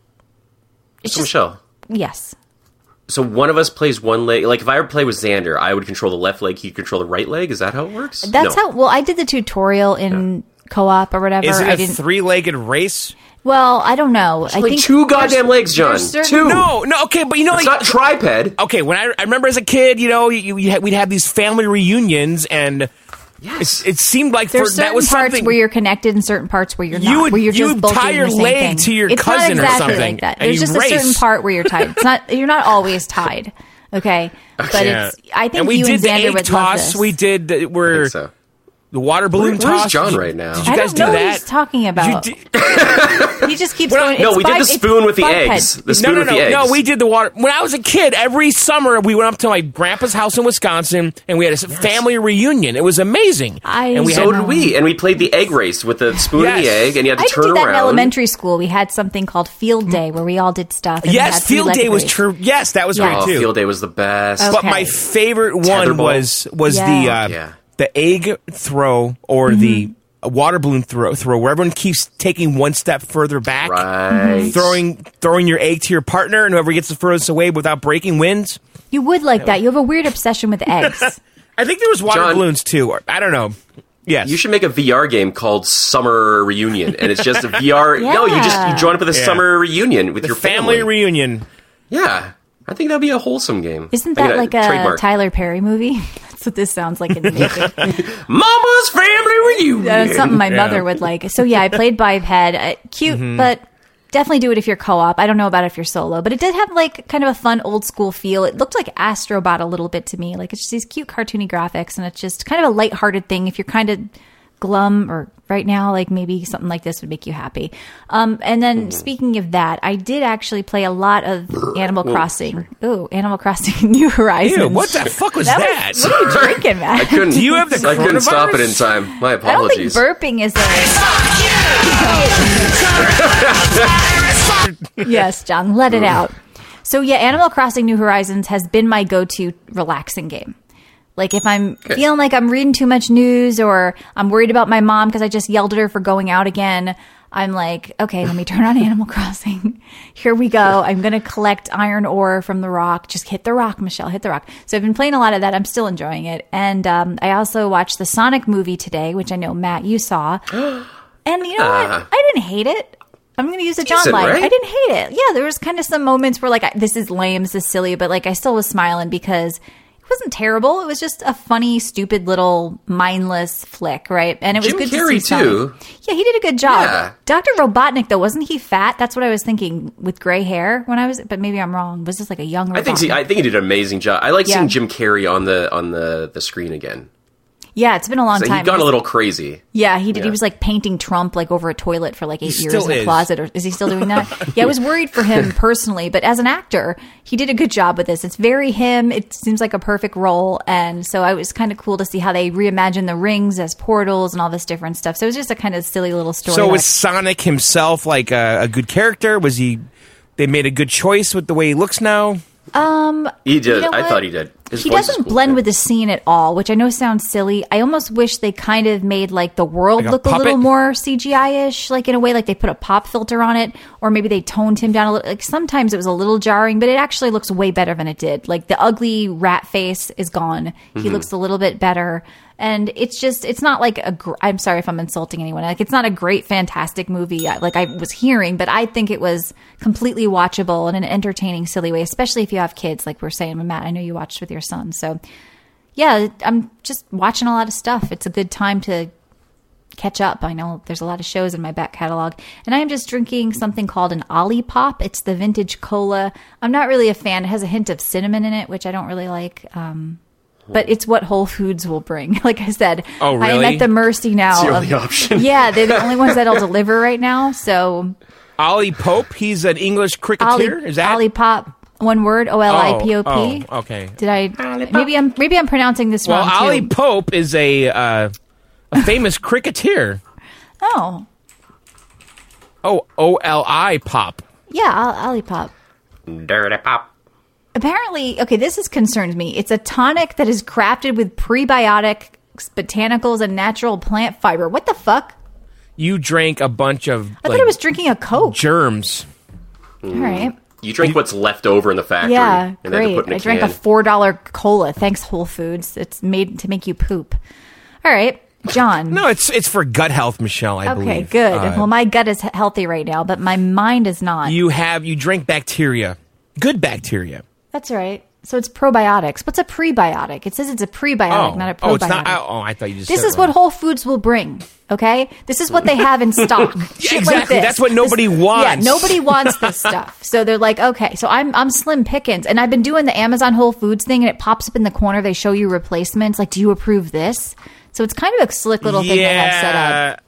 D: Michelle,
C: yes.
D: so one of us plays one leg. Like if I were to play with Xander, I would control the left leg. He'd control the right leg. Is that how it works?
C: That's
D: No.
C: how. Well, I did the tutorial in co-op or whatever.
B: Is it
C: I
B: a three-legged race?
C: well, I don't know. I
D: like
C: think
D: two goddamn
C: there's-
D: legs, John.
C: there's certain-
D: Two.
B: No, no. Okay, but you know,
D: It's
B: like,
D: not triped.
B: okay. When I, I remember as a kid, you know, you, you, had- we'd have these family reunions, and
D: Yes.
B: it seemed like for,
C: There's certain
B: that was
C: parts
B: something
C: where you're connected and certain parts where you're not.
B: You would-
C: where you're
B: you
C: just
B: would
C: both
B: tie
C: doing
B: your
C: the same
B: leg
C: thing.
B: to your
C: it's
B: cousin or
C: not exactly
B: something,
C: Like that.
B: and
C: There's
B: you
C: just a certain
B: race.
C: part where you're tied. It's not. You're not always tied. Okay, but it's. I think
B: and we
C: you
B: did
C: and
B: the
C: Xander
B: egg
C: would love
B: toss.
C: this.
B: We did the,
D: I
B: where
D: think so.
B: the water balloon
D: Where- where's
B: toss.
D: John
B: Did you-
D: right now?
B: Did you
C: I
B: guys
C: don't know
B: do
C: what
B: that?
C: he's talking about.
B: You did-
C: he just keeps
B: When I-
C: going.
D: No,
C: it's
D: we did
C: bi-
D: the
C: it's
D: spoon with the
C: biped.
D: eggs. The spoon
B: no, no,
D: with
B: no,
D: the eggs.
B: no. We did the water when I was a kid. Every summer, we went up to my grandpa's house in Wisconsin, and we had a s- family reunion. It was amazing.
C: I-
B: and we
D: So
B: had,
D: did we, and we played the egg race with the spoon and the
B: Yes.
D: egg, and you had to
C: I did
D: turn
C: that in
D: around.
C: elementary school. We had something called Field Day where we all did stuff. and we had
B: yes, field
C: three-legged
B: day was
C: race.
B: true. Yes, that was
C: Yeah.
B: right
D: Oh,
B: too.
D: field day was the best.
C: Okay.
B: But my favorite one
D: Tetherball.
B: was was the
C: Yeah.
B: uh,
D: Yeah.
B: the egg throw or
C: Mm-hmm.
B: the water balloon throw throw where everyone keeps taking one step further back,
C: Mm-hmm.
D: Right.
B: throwing throwing your egg to your partner, and whoever gets the furthest away without breaking wins.
C: You would like that. You have a weird obsession with eggs.
B: I think there was water
D: John-
B: balloons too. Or, I don't know. Yes,
D: You should make a VR game called Summer Reunion, and it's just a VR. No, you just you
C: Yeah.
D: join up with a
B: Yeah.
D: summer reunion with
B: the
D: your
B: family,
D: family.
B: reunion.
D: yeah, I think that'd be a wholesome game.
C: Isn't
D: I
C: that
D: gotta
C: like a
D: trademark.
C: Tyler Perry movie? That's what this sounds like in the making.
D: Mama's family reunion?
C: That's something my mother would like. So yeah, I played Biped. Uh, cute,
B: Mm-hmm.
C: but definitely do it if you're co-op. I don't know about if you're solo, but it did have like kind of a fun old school feel. It looked like Astrobot a little bit to me. Like it's just these cute cartoony graphics, and it's just kind of a lighthearted thing if you're kind of glum or right now like maybe something like this would make you happy um
B: Mm-hmm.
C: and then speaking of that i did actually play a lot of animal crossing oh animal crossing new horizons
B: Ew, what the fuck was
C: That was-
B: that?
C: what are you drinking matt
D: I couldn't.
B: Do you have the
D: I couldn't stop it in
B: coronavirus?
D: time. My
C: I don't
D: apologies.
C: think burping is a. yes, John, let it out. So yeah, Animal Crossing New Horizons has been my go-to relaxing game. Like if I'm feeling like I'm reading too much news or I'm worried about my mom because I just yelled at her for going out again, I'm like, okay, let me turn on Animal Crossing. Here we go. I'm going to collect iron ore from the rock. Just hit the rock, Michelle. Hit the rock. So I've been playing a lot of that. I'm still enjoying it. And um, I also watched the Sonic movie today, which I know Matt you saw. And you know what? I didn't hate it. I'm going to use a John
D: Decent,
C: line.
D: right?
C: I didn't hate it. Yeah, there was kind of some moments where like I, this is lame, this is silly, but like I still was smiling because it wasn't terrible. It was just a funny, stupid little mindless flick, right? And it was
D: Jim
C: good
D: Carrey,
C: to see Sonic.
D: too.
C: Yeah, he did a good job.
D: Yeah.
C: Dr. Robotnik though, wasn't he fat? That's what I was thinking with gray hair when I was but maybe I'm wrong. Was this like a young Robotnik?
D: I think he, I think he did an amazing job. I like
C: Yeah.
D: seeing Jim Carrey on the on the the screen again.
C: yeah, it's been a long
D: So he
C: time.
D: got a little crazy.
C: Yeah, he did.
D: Yeah.
C: He was like painting Trump like over a toilet for like eight years
B: still
C: in a
B: is.
C: closet. Or is he still doing that? yeah, I was worried for him personally, but as an actor, he did a good job with this. It's very him. It seems like a perfect role, and so I was kind of cool to see how they reimagined the rings as portals and all this different stuff. So it was just a kind of silly little story.
B: So
C: that I-
B: was Sonic himself like a, a good character? Was he? They made a good choice with the way he looks now.
D: He did.
C: You know
D: I
C: what?
D: thought he did. His
C: he
D: voice is
C: doesn't
D: cool,
C: blend
D: yeah.
C: with the scene at all, which I know sounds silly. I almost wish they kind of made like the world
B: Like a
C: look a little
B: puppet?
C: more CGI ish, like in a way, like they put a pop filter on it, or maybe they toned him down a little. Like sometimes it was a little jarring, but it actually looks way better than it did. Like the ugly rat face is gone.
B: Mm-hmm.
C: He looks a little bit better. And it's just, it's not like a. Gr- I'm sorry if I'm insulting anyone. Like, it's not a great, fantastic movie, uh, like I was hearing, but I think it was completely watchable in an entertaining, silly way, especially if you have kids, like we're saying, Matt. I know you watched with your son, so yeah, I'm just watching a lot of stuff. It's a good time to catch up. I know there's a lot of shows in my back catalog, and I am just drinking something called an Ollie Pop. It's the vintage cola. I'm not really a fan. It has a hint of cinnamon in it, which I don't really like. Um, but it's what Whole Foods will bring. Like I said,
B: Oh,
C: I am
B: really?
C: at the mercy now.
D: the
C: of-
D: only option.
C: Yeah, they're the only ones that'll deliver right now. So
B: Ollie Pope, he's an English
C: Ollie,
B: cricketer. Is that
C: Ollie Pop? One word, O L I P O P.
B: Oh, okay.
C: Did I? Maybe I'm maybe I'm pronouncing this
B: Well,
C: wrong. too.
B: Ollie Pope is a uh, a famous cricketer.
C: Oh,
B: Oh, O L I pop.
C: yeah, Ol- Ollie Pop.
D: Dirty pop.
C: Apparently, okay, this has concerned me. It's a tonic that is crafted with prebiotics, botanicals, and natural plant fiber. What the fuck?
B: You drank a bunch of
C: I
B: like,
C: thought I was drinking a Coke.
B: germs.
C: All right.
D: You drink what's left over in the factory.
C: Yeah,
D: and Then
C: great.
D: to put in a
C: I drank
D: can.
C: a four dollar cola. Thanks, Whole Foods. It's made to make you poop. All right, John.
B: No, it's it's for gut health, Michelle. I
C: okay,
B: believe.
C: good.
B: Uh,
C: well, my gut is he- healthy right now, but my mind is not.
B: you have you drink bacteria, good bacteria.
C: That's right. So it's probiotics. What's a prebiotic? It says it's a prebiotic, not a probiotic.
B: oh, it's not. Oh, I thought you just.
C: This
B: said it
C: is what
B: wrong.
C: Whole Foods will bring. Okay, this is what they have in stock. Shit like
B: exactly.
C: this.
B: That's what nobody
C: This-
B: wants.
C: Yeah, nobody wants this stuff. So they're like, okay, so I'm I'm slim pickings, and I've been doing the Amazon Whole Foods thing, and it pops up in the corner. They show you replacements. Like, do you approve this? So it's kind of a slick little thing they have set up.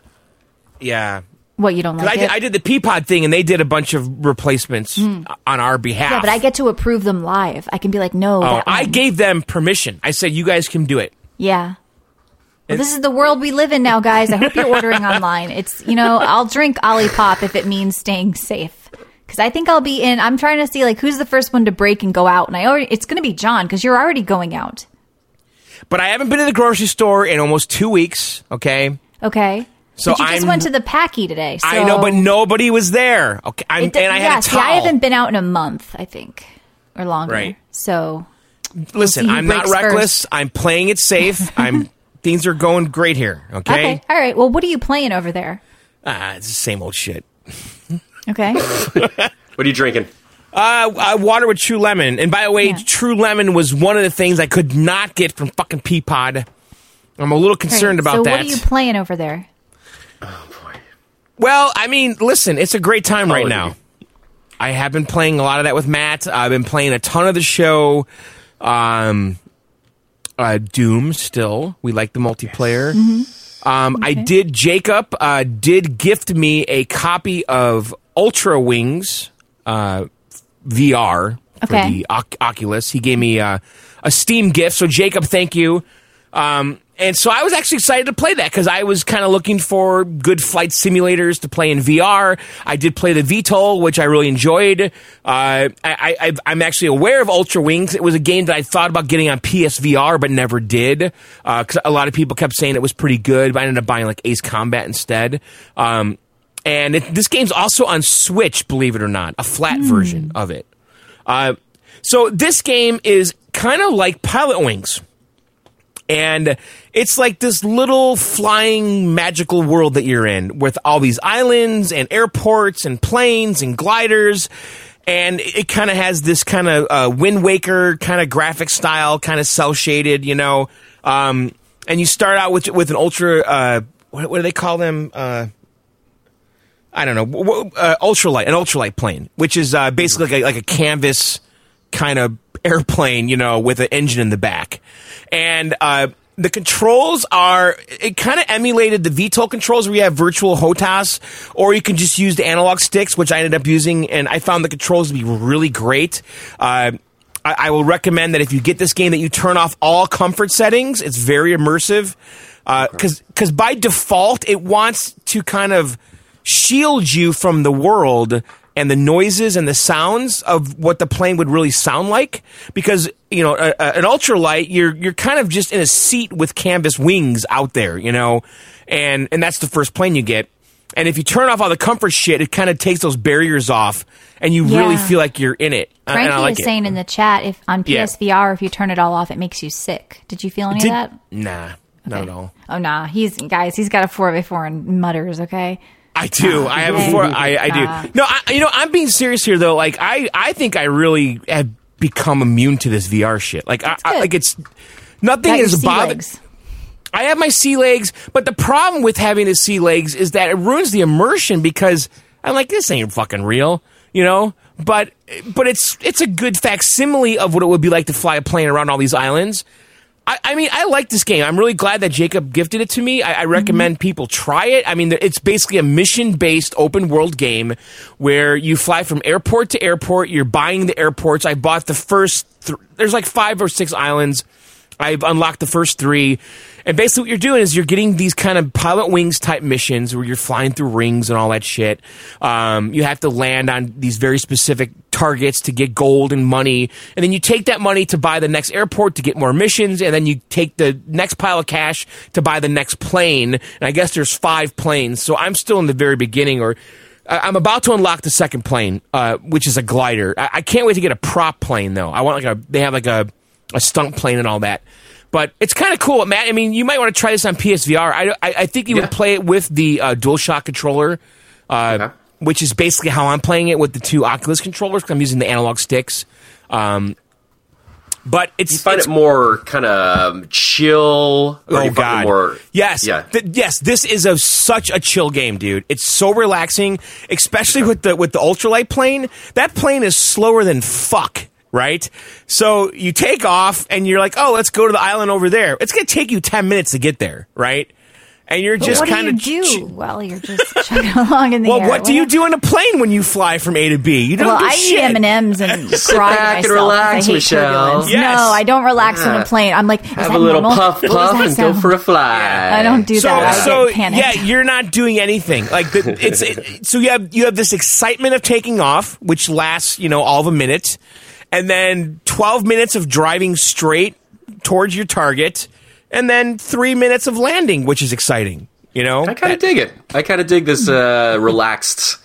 B: Yeah. Yeah.
C: What you don't
B: 'Cause
C: like?
B: I, did,
C: it?
B: I did the Peapod thing, and they did a bunch of replacements on our behalf.
C: Hmm. yeah, but I get to approve them live. I can be like, no,
B: Oh,
C: that
B: I
C: one.
B: gave them permission. I said, "You guys can do it."
C: Yeah. Well, this is the world we live in now, guys. I hope you're ordering online. It's, you know, I'll drink Olipop if it means staying safe. Because I think I'll be in. I'm trying to see, like, who's the first one to break and go out. And I already, it's going to be John because you're already going out.
B: But I haven't been to the grocery store in almost two weeks. Okay,
C: Okay.
B: So
C: but you just
B: I'm-
C: went to the Packy today. So
B: I know, but nobody was there. Okay, I'm,
C: It do-
B: and I
C: yeah,
B: had a
C: see,
B: towel.
C: I haven't been out in a month, I think, or longer.
B: Right.
C: So,
B: Listen,
C: see who
B: I'm not
C: breaks
B: reckless. i I'm playing it safe. I'm things are going great here. Okay,
C: okay. All right. Well, what are you playing over there?
B: Ah, it's the same old shit.
C: Okay.
D: What are you drinking?
B: Uh, uh, water with True Lemon, and by the way,
C: Yeah.
B: True Lemon was one of the things I could not get from fucking Peapod. I'm a little concerned about
C: so
B: that.
C: what are you playing over there?
B: Well, I mean, listen, it's a great time right
D: Oh,
B: now.
D: yeah.
B: I have been playing a lot of that with Matt. I've been playing a ton of the show. Um, uh, Doom still. We like the multiplayer. Um, I did. Jacob uh, did gift me a copy of Ultra Wings uh, VR for
C: Okay.
B: the Oc- Oculus. He gave me uh, a Steam gift. So Jacob, thank you. Um, and so I was actually excited to play that because I was kind of looking for good flight simulators to play in VR. I did play the VTOL, which I really enjoyed. Uh, I, I, I've- I'm actually aware of Ultra Wings. It was a game that I thought about getting on PSVR, but never did because a lot of people kept saying it was pretty good. But I ended up buying like Ace Combat instead. Um, and it, this game's also on Switch, believe it or not, a flat version of it. Uh, so this game is kind of like Pilot Wings and it's like this little flying magical world that you're in with all these islands and airports and planes and gliders and it it kind of has this kind of uh, wind waker kind of graphic style kind of cell shaded you know um, and you start out with with an ultra uh, what, what do they call them uh, I don't know, w- w- uh, ultralight, an ultralight plane, which is uh, basically like a, like a canvas kind of airplane, you know, with an engine in the back. And uh, the controls are, it kind of emulated the VTOL controls where you have virtual HOTAS, or you can just use the analog sticks, which I ended up using, and I found the controls to be really great. Uh, I, I will recommend that if you get this game that you turn off all comfort settings. It's very immersive because because by default it wants to kind of shield you from the world and the noises and the sounds of what the plane would really sound like because you know a, a- an ultralight you're you're kind of just in a seat with canvas wings out there you know and and that's the first plane you get and if you turn off all the comfort shit it kind of takes those barriers off and you really
C: Yeah.
B: feel like you're in it Uh, And I- and I
C: Frankie
B: like
C: is
B: it.
C: saying in the chat if on
B: Yeah.
C: PSVR, if you turn it all off, it makes you sick. Did you feel any
B: Did-
C: of that?
B: Nah, not at all.
C: Oh nah, he's guys. He's got a four by four and mutters. Okay,
B: I do. I have
C: Ah, okay. Ah.
B: a four. I, I do. No, I, you know, I'm being serious here though. Like, I, I think I really have become immune to this VR shit. Like, I, I,
C: good.
B: like it's nothing
C: Got your
B: is
C: sea
B: bothering.
C: legs.
B: I have my sea legs, but the problem with having the sea legs is that it ruins the immersion because I'm like, this ain't fucking real, you know. But but it's it's a good facsimile of what it would be like to fly a plane around all these islands. I, I mean, I like this game. I'm really glad that Jacob gifted it to me. I, I recommend people try it. I mean, it's basically a mission based open world game where you fly from airport to airport. You're buying the airports. I bought the first, th- there's like five or six islands. I've unlocked the first three. And basically, what you're doing is you're getting these kind of pilot wings type missions where you're flying through rings and all that shit. Um, you have to land on these very specific targets to get gold and money. And then you take that money to buy the next airport to get more missions. And then you take the next pile of cash to buy the next plane. And I guess there's five planes. So I'm still in the very beginning or I- I'm about to unlock the second plane, uh, which is a glider. I-, I can't wait to get a prop plane though. I want like a they have like a a stunt plane and all that. But it's kind of cool, Matt. I mean, you might want to try this on PSVR. I, I, I think you
D: Yeah.
B: would play it with the uh, DualShock controller, uh,
D: Okay.
B: which is basically how I'm playing it with the two Oculus controllers. 'cause I'm using the analog sticks. Um, but it's
D: You find
B: it's
D: it more kind of um, chill. or
B: Oh
D: you find it
B: God!
D: More,
B: yes,
D: Yeah.
B: Th- yes. This is a such a chill game, dude. It's so relaxing, especially with the with the ultralight plane. That plane is slower than fuck, right? So you take off and you're like, oh, let's go to the island over there. It's gonna take you ten minutes to get there, right? And you're
C: But
B: just
C: what
B: kind of
C: do you do while you're just chugging along in the
B: Well,
C: air?
B: what do you do in a plane when you fly from A to B? You don't
C: well,
B: do
C: I
B: shit.
C: eat M and M's and
D: Sit
C: cry
D: back and
C: myself 'cause
D: relax,
C: I hate
D: Michelle.
C: turbulence.
B: Yes.
C: No, I don't relax on
D: Yeah.
C: a plane. I'm like, is
D: Have
C: that
D: a little
C: normal? What
D: puff
C: was
D: puff
C: that
D: and go
C: sound?
D: for a fly.
C: I don't do that. I
B: so
C: get panicked.
B: yeah, you're not doing anything. Like the, it's it, so you have you have this excitement of taking off, which lasts you know all of a minute, and then twelve minutes of driving straight towards your target, and then three minutes of landing, which is exciting. You know,
D: I kind of dig it. I kind of dig this uh, relaxed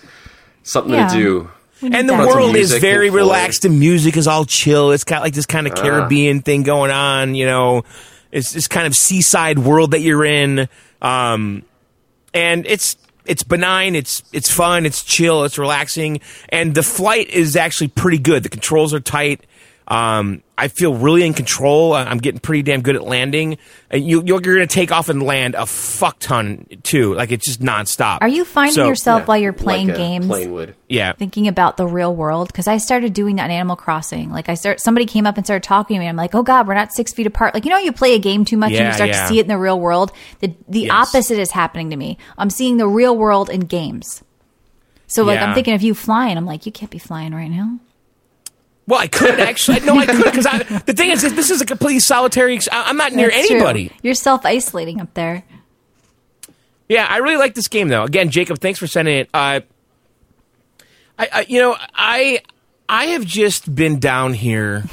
D: something
C: Yeah.
D: to do.
B: and the
C: Lots of
B: world is
D: music,
B: very
D: hopefully.
B: relaxed. The music is all chill. It's got like this kind of Caribbean thing going on. You know, it's this kind of seaside world that you're in. Um, and it's it's benign. It's it's fun. It's chill. It's relaxing. And the flight is actually pretty good. The controls are tight. Um, I feel really in control. I- I'm getting pretty damn good at landing. And you, you're going to take off and land a fuck ton too. Like it's just nonstop.
C: Are you finding
B: So-
C: yourself while you're
D: Like
C: playing
D: a
C: games?
D: Plane would.
B: Yeah.
C: thinking about the real world because I started doing that in Animal Crossing. Like I start, somebody came up and started talking to me. I'm like, oh god, we're not six feet apart. Like you know, you play a game too much and
B: Yeah,
C: you start
B: yeah.
C: to see it in the real world. The the opposite is happening to me. I'm seeing the real world in games. So like
B: Yeah.
C: I'm thinking of you flying. I'm like, you can't be flying right now.
B: Well, I could actually. No, I could because the thing is, is, this is a completely solitary. Ex- I- I'm not near
C: That's true.
B: anybody.
C: You're self isolating up there.
B: Yeah, I really like this game though. Again, Jacob, thanks for sending it. Uh, I, I, you know, I, I have just been down here.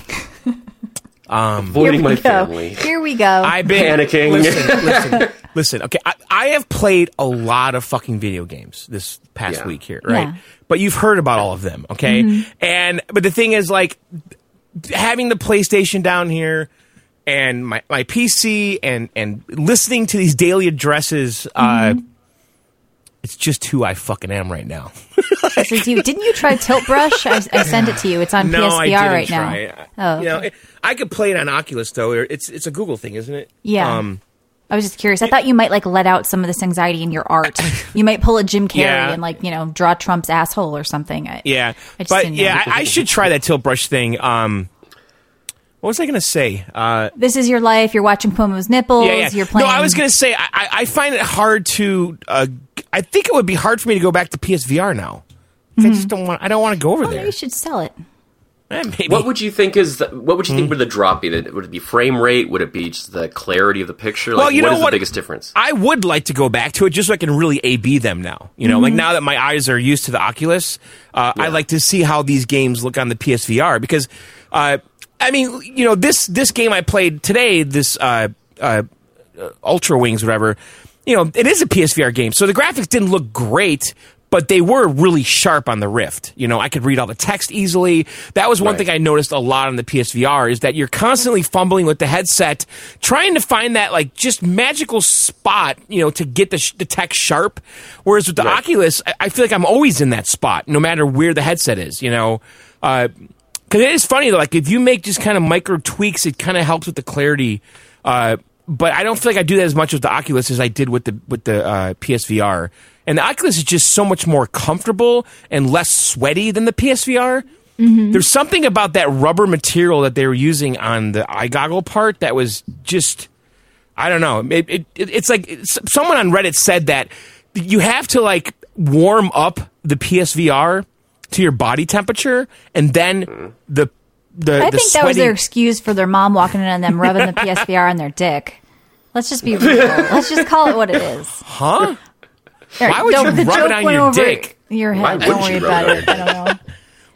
D: Avoiding my family.
C: Here we go.
B: I've been
D: Panicking.
B: Listen, listen, listen. Okay, I, I have played a lot of fucking video games this past
D: Yeah.
B: week here, right?
C: Yeah. Mm-hmm.
B: But you've heard about all of them, okay? And but the thing is, like, having the PlayStation down here and my, my PC and and listening to these daily addresses,
C: Mm-hmm.
B: uh, it's just who I fucking am right now.
C: this is you. Didn't you try Tilt Brush? I, I sent it to you. It's on
B: No,
C: PSVR
B: I didn't
C: right
B: try. it.
C: now. Oh,
B: you know,
C: okay.
B: it- I could play it on Oculus though. or It's it's a Google thing, isn't it? Um,
C: Yeah. I was just curious. I thought you might like let out some of this anxiety in your art. you might pull a Jim Carrey
B: Yeah.
C: and like you know draw Trump's asshole or something. I,
B: Yeah,
C: I just
B: but
C: didn't know.
B: yeah, I, I should try that tilt brush thing. Um, what was I going to say? Uh,
C: This is your life. You're watching Cuomo's nipples.
B: yeah, yeah.
C: You're playing.
B: No, I was going to say I, I, I find it hard to. Uh, I think it would be hard for me to go back to PSVR now. I just
C: Mm-hmm.
B: don't want. I don't want to go over
C: Oh,
B: there.
C: maybe you should sell it.
B: Eh, maybe.
D: What would you think is the, what would you
B: Hmm.
D: think would the drop be? Would it be frame rate? Would it be just the clarity of the picture? Like,
B: well, you
D: what
B: know
D: is
B: what?
D: the biggest difference?
B: I would like to go back to it just so I can really AB them now. You know,
C: Mm-hmm.
B: like now that my eyes are used to the Oculus, uh, I like to see how these games look on the PSVR because, uh, I mean, you know, this this game I played today, this uh, uh, uh, Ultra Wings, whatever, you know, it is a PSVR game, so the graphics didn't look great. But they were really sharp on the Rift. You know, I could read all the text easily. That was one
D: Right.
B: thing I noticed a lot on the PSVR is that you're constantly fumbling with the headset, trying to find that like just magical spot, you know, to get the, sh- the text sharp. Whereas with the
D: Right.
B: Oculus, I-, I feel like I'm always in that spot, no matter where the headset is, you know. Uh, Because it is funny, though, like if you make just kind of micro tweaks, it kind of helps with the clarity. Uh, but I don't feel like I do that as much with the Oculus as I did with the with the uh, PSVR. And the Oculus is just so much more comfortable and less sweaty than the PSVR. There's something about that rubber material that they were using on the eye goggle part that was just I don't know. It, it, it- it's like it's, someone on Reddit said that you have to like warm up the PSVR to your body temperature, and then the the
C: I
B: the
C: think that was
B: sweaty-
C: their excuse for their mom walking in on them rubbing the PSVR on their dick. Let's just be real. Let's just call it what it is. Huh?
B: Why would you
C: the
B: rub it
C: joke
B: on
C: went
B: your
C: over
B: dick?
C: Your
D: Why
C: head.
D: would
C: Don't
D: you
C: worry
D: rub
C: about
D: it
C: it. I don't know.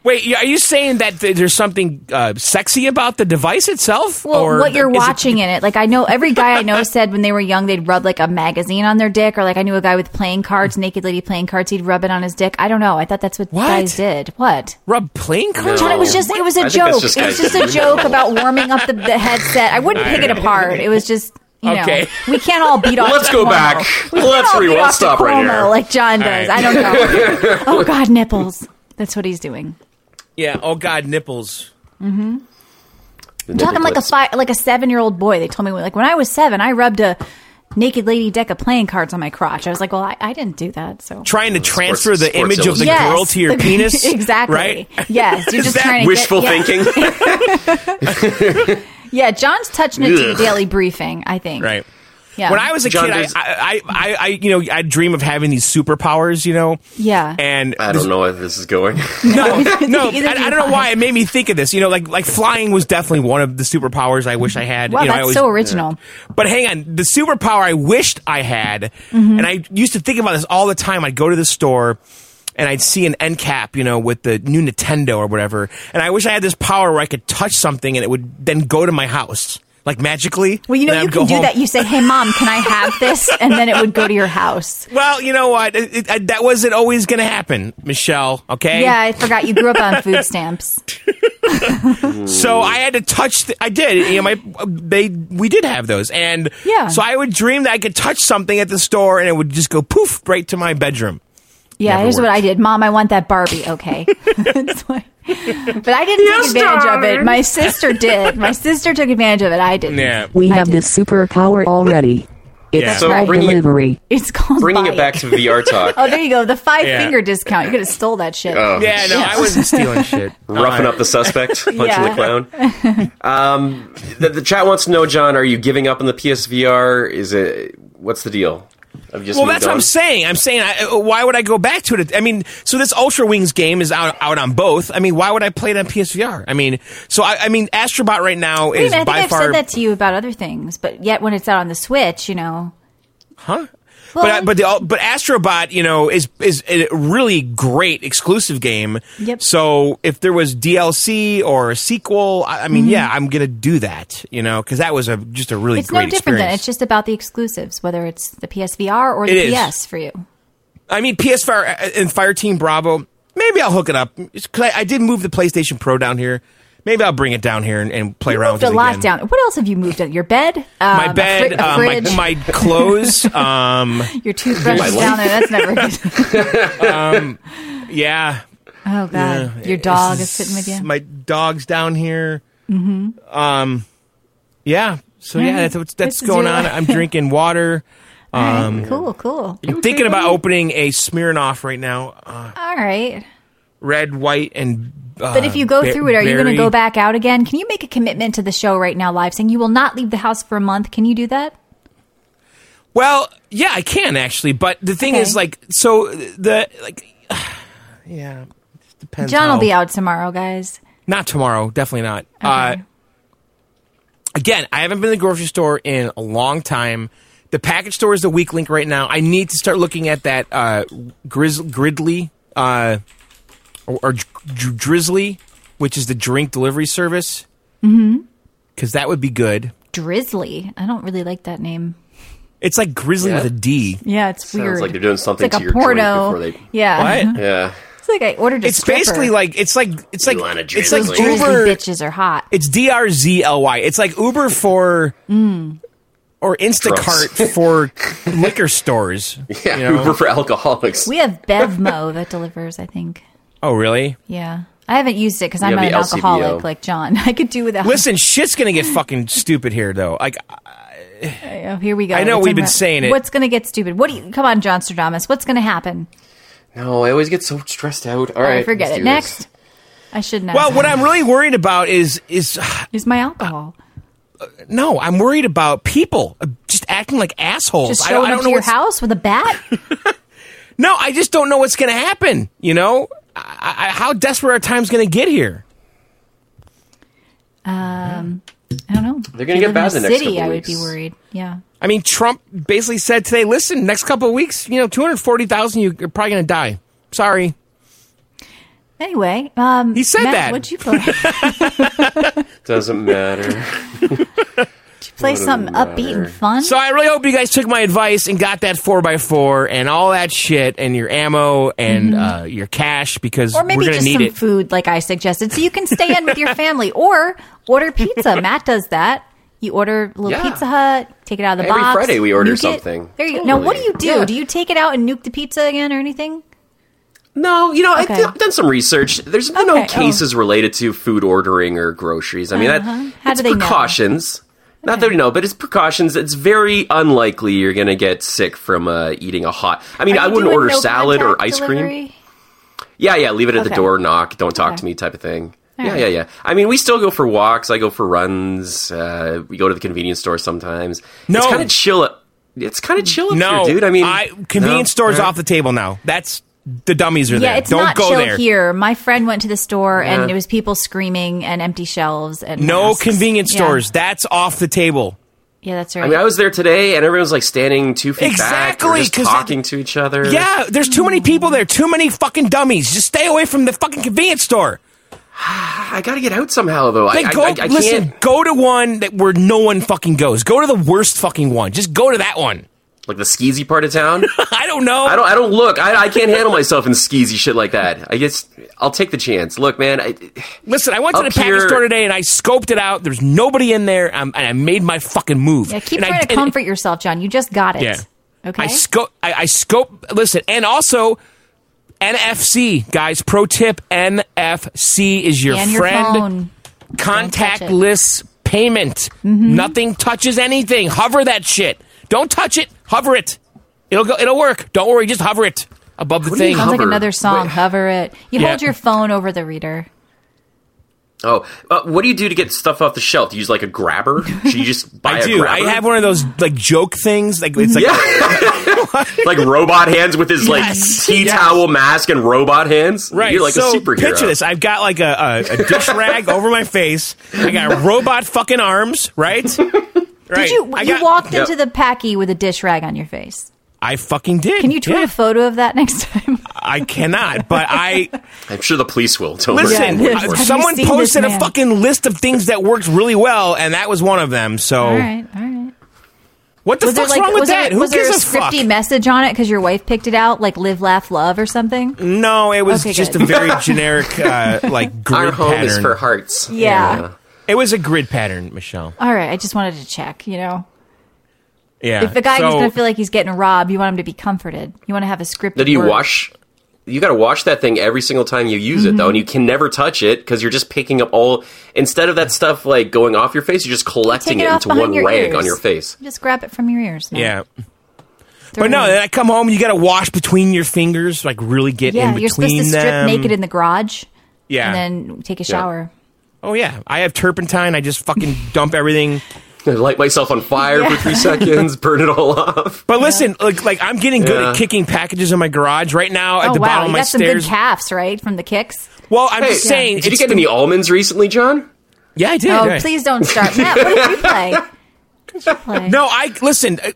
B: Wait, you- are you saying that th- there's something uh, sexy about the device itself?
C: Well,
B: Or
C: what
B: the-
C: you're
B: is it-
C: watching in it. Like I know every guy I know said when they were young they'd rub like a magazine on their dick, or like I knew a guy with playing cards, naked lady playing cards, he'd rub it on his dick. I don't know. I thought that's what,
B: What?
C: guys did. What?
B: rub playing cards?
C: John, it was
D: No.
C: just it was a
D: I think that's
C: joke.
D: just
C: it was
D: guys
C: just
D: doing
C: a
D: that.
C: joke about warming up the, the headset. I wouldn't pick it apart. It was just you know,
B: Okay.
C: we can't all beat off.
D: Let's
C: to
D: go
C: Cuomo.
D: back.
C: We can't
D: Let's
C: all beat
D: rewind.
C: off to
D: Stop right
C: Cuomo
D: here.
C: Like John
B: All
C: does.
B: right.
C: I don't know. oh God, nipples. That's what he's doing.
B: yeah. Oh God, nipples.
D: The
C: talking
D: nipple
C: like a
D: clips.
C: five, like a seven year old boy. They told me like when I was seven, I rubbed a naked lady deck of playing cards on my crotch. I was like, well, I, I didn't do that. So
B: Trying to transfer the
D: Uh, sports
B: image of the
D: Yes.
B: girl to your penis.
C: exactly.
B: Right.
C: Yes, you're
B: Is
C: just
B: that
C: trying to
D: Wishful
C: get, yeah.
D: thinking.
C: Yeah, John's touching it to the
D: Ugh.
C: daily briefing. I think.
B: Right.
C: Yeah.
B: When I was a
D: John,
B: kid,
D: there's-
B: I, I, I, I, you know, I dream of having these superpowers, you know.
C: Yeah.
B: And
D: I don't know where this is going.
B: no, no,
C: Either
B: I,
C: do
B: I
C: you
B: don't know why
C: find-
B: it made me think of this. You know, like like flying was definitely one of the superpowers I wish I had.
C: Wow,
B: you know, I
C: that's
B: always-
C: so original.
B: But hang on, the superpower I wished I had,
C: Mm-hmm.
B: and I used to think about this all the time. I'd go to the store and I'd see an end cap, you know, with the new Nintendo or whatever, and I wish I had this power where I could touch something and it would then go to my house. Like magically,
C: Well, you know,
B: and I
C: you
B: would go
C: can do
B: home.
C: that. You say, "Hey, mom, can I have this?" And then it would go to your house.
B: Well, you know what? It, it, that wasn't always going to happen, Michelle. Okay.
C: Yeah, I forgot you grew up on food stamps.
B: So I had to touch. The, I did. You know, my they we did have those, and
C: Yeah.
B: So I would dream that I could touch something at the store, and it would just go poof right to my bedroom.
C: Yeah,
B: Never
C: here's what
B: worked.
C: I did. Mom, I want that Barbie. Okay. It's like- but I didn't take advantage of it. My sister did. My sister took advantage of it. I didn't.
G: We
C: I
G: have
C: did.
G: this superpower already. It's
B: Yeah.
D: So
G: called
D: bringing it-
G: delivery.
C: It's called
D: Bringing
C: buying.
D: it back to VR talk, Oh,
C: Oh, there you go. The five
B: Yeah.
C: finger discount. You could have stole that shit.
B: Yeah. No, I wasn't stealing shit.
D: roughing up the suspect, punching
C: Yeah.
D: the clown. Um, the, the chat wants to know, John, are you giving up on the PSVR? Is it what's the deal? I've just
B: Well,
D: moved
B: that's what
D: on?
B: I'm saying. I'm saying, I, uh, why would I go back to it? I mean, so this Ultra Wings game is out out on both. I mean, why would I play it on PSVR? I mean, so I, I mean, Astrobot right now
C: Wait a
B: is
C: minute, I think
B: by
C: I've
B: far.
C: said that to you about other things, but yet when it's out on the Switch, you know.
B: Huh?
C: Well-
B: but I- but the, but Astrobot, you know, is is a really great exclusive game.
C: Yep.
B: So if there was DLC or a sequel, I, I mean, yeah, I'm gonna do that. You know, because that was a just a really
C: Mm-hmm. It's no
B: great
C: different
B: experience.
C: than it's just about the exclusives, whether it's the PSVR or
B: It
C: the
B: is.
C: PS for you.
B: I mean, PS5 uh, and Fireteam Bravo. Maybe I'll hook it up because I, I did move the PlayStation Pro down here. Maybe I'll bring it down here and, and play
C: You
B: around
C: moved
B: with
C: a
B: it
C: lot
B: again.
C: down. What else have you moved? Your bed, um,
B: My
C: a
B: bed,
C: fri- a
B: uh, my,
C: fridge,
B: my clothes. um,
C: your toothbrush is down there. That's never good.
B: yeah,
C: Oh God, your dog is sitting with you.
B: My dog's down here. Mm-hmm. Um, yeah. So yeah, that's what's that's
C: This is
B: going
C: your
B: on.
C: life.
B: I'm drinking water.
C: cool, cool.
B: I'm thinking about opening a Smirnoff right now. Uh,
C: All right,
B: red, white, and. Uh,
C: but if you go
B: be-
C: through it, are you going to
B: berry.
C: go back out again? Can you make a commitment to the show right now, live, saying you will not leave the house for a month? Can you do that?
B: Well, yeah, I can actually. But the thing
C: Okay.
B: is, like, so the like, yeah, it depends.
C: John
B: how-
C: will be out tomorrow, guys.
B: Not tomorrow. Definitely not. Uh, again, I haven't been to the grocery store in a long time. The package store is the weak link right now. I need to start looking at that uh, grizz- Gridley uh, or, or dr- dr- Drizzly, which is the drink delivery service. Because that would be good.
C: Drizzly. I don't really like that name.
B: It's like Grizzly
D: Yeah.
B: with a D.
C: Yeah, it's
D: Sounds
C: weird.
D: like they're doing something
C: it's like
D: to
C: a
D: your
C: porno.
D: drink before they.
C: yeah,
B: What?
D: Yeah.
C: it's like I ordered. A
B: It's basically
C: stripper.
B: like it's like it's like
D: Lana
B: it's like
D: Drizzly.
C: Drizzly
B: Uber.
C: bitches are hot.
B: It's D R Z L Y. It's like Uber for
C: Mm.
B: or Instacart for liquor stores.
D: Yeah,
B: you know?
D: Uber for alcoholics.
C: we have Bevmo that delivers. I think.
B: Oh, really?
C: Yeah, I haven't used it because I'm
D: have
C: not
D: the
C: an
D: LCBO.
C: alcoholic like John. I could do without.
B: Listen, shit's gonna get fucking stupid here, though. Like,
C: Oh, here we go.
B: I know we've
C: We're talking
B: been
C: about-
B: saying it.
C: What's going to get stupid? What do you? Come on, John Stradamus. What's going to happen?
D: No, I always get so stressed out. All
C: All
D: right,
C: right, forget
D: let's
C: it.
D: do this.
C: Next, I should know.
B: well, what I'm Oh, really worried about is is
C: is my alcohol?
B: no, I'm worried about people uh, just acting like assholes.
C: Just
B: I don't,
C: showing
B: I don't
C: up to
B: know
C: your
B: what's,
C: house with a bat?
B: No, I just don't know what's gonna happen. You know, I, I, how desperate our time's gonna get here.
C: I don't know. They're
D: gonna get bad the next
C: city.
D: couple
C: I would
D: weeks.
C: be worried. Yeah.
B: I mean, Trump basically said today, listen, next couple of weeks, you know, 240,000, you- you're probably going to die. Sorry.
C: Anyway, um,
B: He said
C: Matt,
B: that.
C: What'd you play?
D: Doesn't matter.
C: play something upbeat and fun.
B: So I really hope you guys took my advice and got that 4x4 and all that shit and your ammo and uh, your cash because
C: Mm-hmm. or
B: we're
C: maybe
B: going to
C: just
B: need
C: some
B: it.
C: food, like I suggested, so you can stay in with your family or order pizza. Matt does that. You order a little
D: Yeah.
C: Pizza Hut, take it out of the
D: Every
C: box.
D: Friday we order
C: nuke it.
D: something.
C: There you Now, what do you do?
D: Yeah.
C: Do you take it out and nuke the pizza again or anything?
D: No, you know,
C: Okay.
D: I've, I've done some research. There's been no
C: Okay, oh.
D: cases related to food ordering or groceries. I mean,
C: Uh-huh.
D: that,
C: How
D: it's
C: do they know?
D: precautions. Not that we know, but it's precautions. It's very unlikely you're going to get sick from uh, eating a hot. I mean,
C: Are
D: I
C: you
D: wouldn't
C: doing
D: order
C: no
D: salad or
C: contact
D: ice cream.
C: delivery?
D: Yeah, yeah. Leave it at the
C: Okay.
D: door. Knock. Don't talk
C: Okay.
D: to me. Type of thing.
C: All
D: yeah,
C: right.
D: yeah, yeah. I mean, we still go for walks. I go for runs. Uh, we go to the convenience store sometimes.
B: No.
D: it's kind of chill. Up, it's kind of chill up
B: no,
D: here, dude. I mean,
B: convenience
D: no?
B: stores
D: Yeah.
B: off the table now. That's the dummies are
C: Yeah,
B: there.
C: it's
B: Don't
C: not
B: go
C: chill
B: there.
C: here. My friend went to the store
D: Yeah.
C: and it was people screaming and empty shelves and
B: No
C: masks.
B: convenience
C: Yeah.
B: stores. That's off the table.
C: Yeah, that's right.
D: I mean, I was there today, and everyone's like standing two feet back, or
B: Exactly,
D: just
B: 'cause
D: talking to each other.
B: Yeah, there's too many people there. Too many fucking dummies. Just stay away from the fucking convenience store.
D: I gotta get out somehow, though. I,
B: Then
D: I,
B: go
D: I, I
B: listen.
D: can't.
B: Go to one that where no one fucking goes. Go to the worst fucking one. Just go to that one.
D: Like the skeezy part of town.
B: I don't know.
D: I don't. I don't look. I, I can't handle myself in skeezy shit like that. I guess I'll take the chance. Look, man. I,
B: Listen, I went to
D: Up
B: the package
D: here-
B: store today and I scoped it out. There's nobody in there, um, and I made my fucking move.
C: yeah, keep
B: And I
C: trying to
B: did-
C: comfort yourself, John. You just got it.
B: Yeah.
C: Okay.
B: I scope. I, I scope. Listen, and also. NFC, guys, pro tip NFC is your
C: and your
B: friend
C: phone. touch it. Mm-hmm.
B: contactless payment. Nothing touches anything. Hover that shit. Don't touch it. Hover it. It'll go it'll work. Don't worry, just hover it above the
D: What do you
B: thing.
D: hover?
C: Sounds like
D: Hover.
C: another song.
D: Wait.
C: Hover it. You
B: Yeah.
C: hold your phone over the reader.
D: oh, uh, what do you do to get stuff off the shelf? Do you use like a grabber? Should you just buy
B: I
D: a
B: do. I
D: grabber?
B: have one of those like joke things. Like it's like
D: like robot hands with his like
B: Yes.
D: tea
B: Yes.
D: towel mask and robot hands.
B: Right.
D: You're like
B: so
D: a superhero.
B: Picture this. I've got like a, a, a dish rag over my face. I got robot fucking arms, right? Right.
C: Did you
B: I
C: you
B: got-
C: walked
D: Yep.
C: into the packy with a dish rag on your face?
B: I fucking did.
C: Can you tweet
B: Yeah.
C: a photo of that next time?
B: I cannot, but I
D: I'm sure the police will. Don't worry.
B: listen.
D: Don't worry.
C: Yeah,
B: uh,
C: Have you
B: someone
C: seen
B: posted
C: this
B: a
C: man?
B: fucking list of things that worked really well, and that was one of them. So
C: all right, all right.
B: what the fuck's Oh. wrong with
C: was
B: that?
C: There,
B: Who
C: was there
B: gives
C: a
B: a fuck?
C: scripty message on it because your wife picked it out, like "Live, Laugh, Love" or something?
B: No, it was
C: Okay,
B: just
C: good.
B: a very generic, uh, like grid
D: Our home
B: pattern.
D: is for hearts.
C: Yeah.
B: it was a grid pattern, Michelle.
C: All right, I just wanted to check. You know,
B: Yeah.
C: if the guy
B: so,
C: is going to feel like he's getting robbed, you want him to be comforted. You want to have a script.
D: Now, do you wash? You got to wash that thing every single time you use it, though, and you can never touch it because you're just picking up all. Instead of that stuff like going off your face, you're just collecting
C: Take
D: it,
C: it off
D: into one
C: behind your
D: rag
C: ears.
D: on your face.
C: Just grab it from your ears. man.
B: yeah.
C: Throw
B: But no,
C: it in.
B: then I come home and you got to wash between your fingers, like really get in
C: yeah,
B: between
C: you're supposed to strip
B: them.
C: naked in the garage.
B: yeah.
C: and then take a shower.
B: oh yeah, I have turpentine. I just fucking dump everything.
D: Light myself on fire for three seconds, burn it all off.
B: But listen, like like I'm getting good at
D: Yeah.
B: kicking packages in my garage right now at
C: Oh
B: the
C: wow,
B: bottom
C: you
B: of my
C: got some
B: stairs.
C: good calves, right, from the kicks.
B: well, I'm
D: Hey,
B: just saying.
D: did you
B: it's
D: get
B: the-
D: any almonds recently, John?
B: Yeah, I did.
C: Oh,
B: yeah.
C: please don't start. Matt, what did you play? What did you play?
B: No, I listen. uh,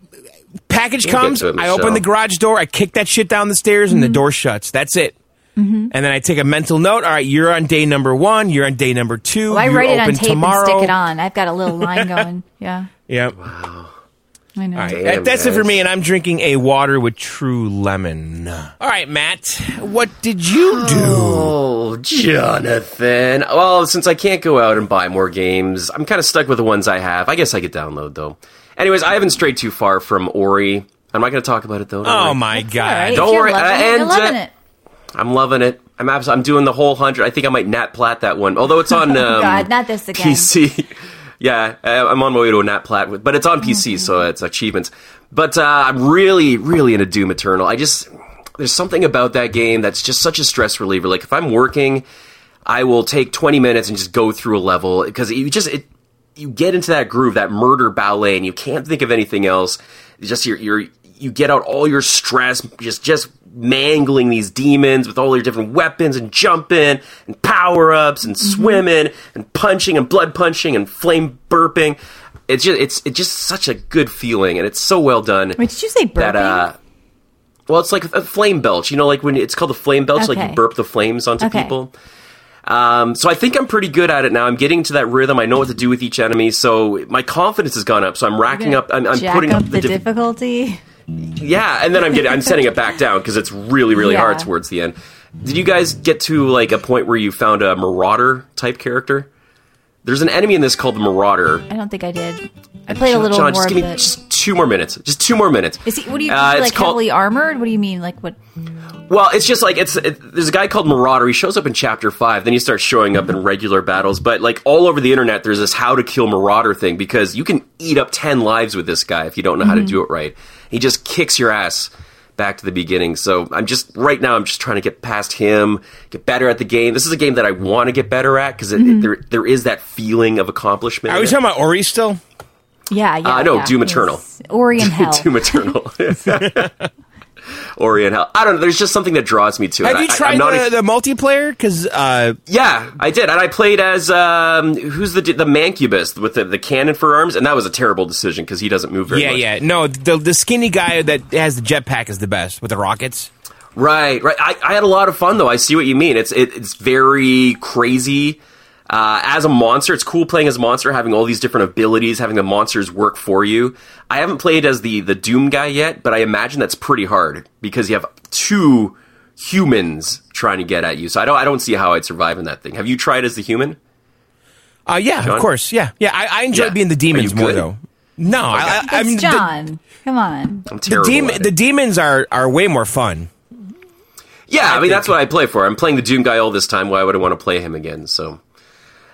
B: Package
D: get
B: comes.
D: to it,
B: I
D: Michelle.
B: open the garage door. I kick that shit down the stairs,
C: Mm-hmm.
B: and the door shuts. That's it. And then I take a mental note. All right, you're on day number one. You're on day number two.
C: Well, Oh, I
B: you're
C: write it on
B: open
C: tape
B: tomorrow.
C: and stick it on. I've got a little line going. Yeah,
B: Yep.
C: I know.
B: All right,
D: Damn,
B: that- that's it for
D: guys.
B: me, and I'm drinking a water with true lemon. All right, Matt, what did you do?
D: Oh, Jonathan. Well, since I can't go out and buy more games, I'm kind of stuck with the ones I have. I guess I could download though. Anyways, I haven't strayed too far from Ori. I'm not going to talk about it though. don't
B: Oh
D: worry.
B: my
C: All right,
B: god!
D: Don't
C: if you're
D: worry,
C: loving
D: uh,
C: it, you're
D: and,
C: loving
D: uh,
C: it.
D: I'm loving it. I'm abs- I'm doing the whole hundred. I think I might nat plat that one. Although it's on um,
C: Oh God, not this again.
D: PC. yeah, I- I'm on my way to a nat plat, with- but it's on PC, so
C: Mm-hmm.
D: it's achievements. But uh, I'm really, really into Doom Eternal. I just there's something about that game that's just such a stress reliever. Like if I'm working, I will take 20 minutes and just go through a level because you just it you get into that groove, that murder ballet, and you can't think of anything else. It's Just your your you get out all your stress, just just mangling these demons with all your different weapons and jumping and power ups and swimming and punching and blood punching and flame burping. It's just it's it's just such a good feeling, and it's so well done.
C: Wait, did you say burping?
D: That uh, Well, it's like a flame belch. You know, like when it's called the flame belch, like
C: Okay.
D: you burp the flames onto
C: Okay.
D: people. Um, so I think I'm pretty good at it now. I'm getting into that rhythm. I know what to do with each enemy. So my confidence has gone up. So I'm racking up. I'm, I'm
C: Jack
D: putting
C: up
D: up,
C: the
D: diff-
C: difficulty.
D: yeah, and then I'm getting. I'm setting it back down because it's really, really
C: Yeah.
D: hard towards the end. Did you guys get to like a point where you found a marauder type character? There's an enemy in this called the Marauder.
C: I don't think I did. I played a little
D: John,
C: more
D: just
C: of
D: give me
C: it.
D: just two more minutes. Just two more minutes.
C: Is he? What do you?
D: Uh,
C: is he
D: it's
C: like
D: called-
C: heavily armored? What do you mean? Like what?
D: Well, it's just like it's it, there's a guy called Marauder. He shows up in chapter five, then he starts showing up in regular battles. But like all over the internet, there's this how to kill Marauder thing because you can eat up ten lives with this guy if you don't know how to do it right. He just kicks your ass back to the beginning. So I'm just right now I'm just trying to get past him, get better at the game. This is a game that I want to get better at because there there is that feeling of accomplishment.
B: Are
D: in
B: we
D: it.
B: talking about Ori still?
C: Yeah, yeah.
D: Uh, no,
C: yeah.
D: Doom Eternal.
C: Yes. Ori and Hell.
D: Too maternal. Orient Hell. I don't know. There's just something that draws me to it.
B: Have you
D: I- I-
B: tried
D: I'm not a-
B: the, the multiplayer? Because uh,
D: Yeah, I did, and I played as um, who's the the mancubus with the, the cannon for arms, and that was a terrible decision because he doesn't move very
B: yeah,
D: much.
B: yeah, no, the the skinny guy that has the jetpack is the best with the rockets.
D: Right, right. I, I had a lot of fun though. I see what you mean. It's it, it's very crazy. Uh, as a monster, it's cool playing as a monster, having all these different abilities, having the monsters work for you. I haven't played as the the Doom guy yet, but I imagine that's pretty hard because you have two humans trying to get at you. So I don't I don't see how I'd survive in that thing. Have you tried as the human?
B: Uh, yeah, of
D: John?
B: course, yeah, yeah. I, I enjoy
D: Yeah.
B: being the
D: Are
B: demons
D: you
B: more
D: good?
B: though. No, I, I, I
C: It's
B: mean the-
C: John. Come on.
B: the,
D: I'm terrible.
B: demon-
D: at it.
B: the demons are are way more fun.
D: Yeah, I, mean that's what I play for. I'm playing the Doom guy all this time. Why would I want to play him again? So,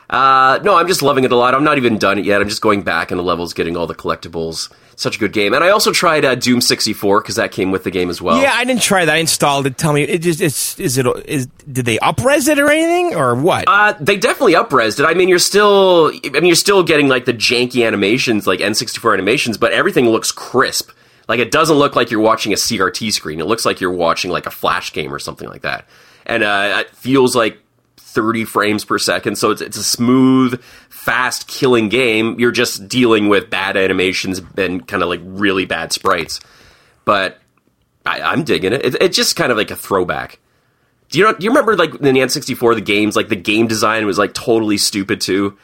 D: uh, no, I'm just loving it a lot. I'm not even done it yet. I'm just going back in the levels, getting all the collectibles. Such a good game. And I also tried uh, Doom 64 because that came with the game as well.
B: Yeah, I didn't try that. I installed it. Tell me, it just it's is it is did they upres it or anything or what?
D: Uh, they definitely upresed it. I mean, you're still, I mean, you're still getting like the janky animations, like N64 animations, but everything looks crisp. Like it doesn't look like you're watching a CRT screen. It looks like you're watching like a flash game or something like that, and uh, it feels like 30 frames per second. So it's it's a smooth, fast killing game. You're just dealing with bad animations and kind of like really bad sprites, but I, I'm digging it. it. It's just kind of like a throwback. Do you know? Do you remember like in the N64, the games like the game design was like totally stupid too.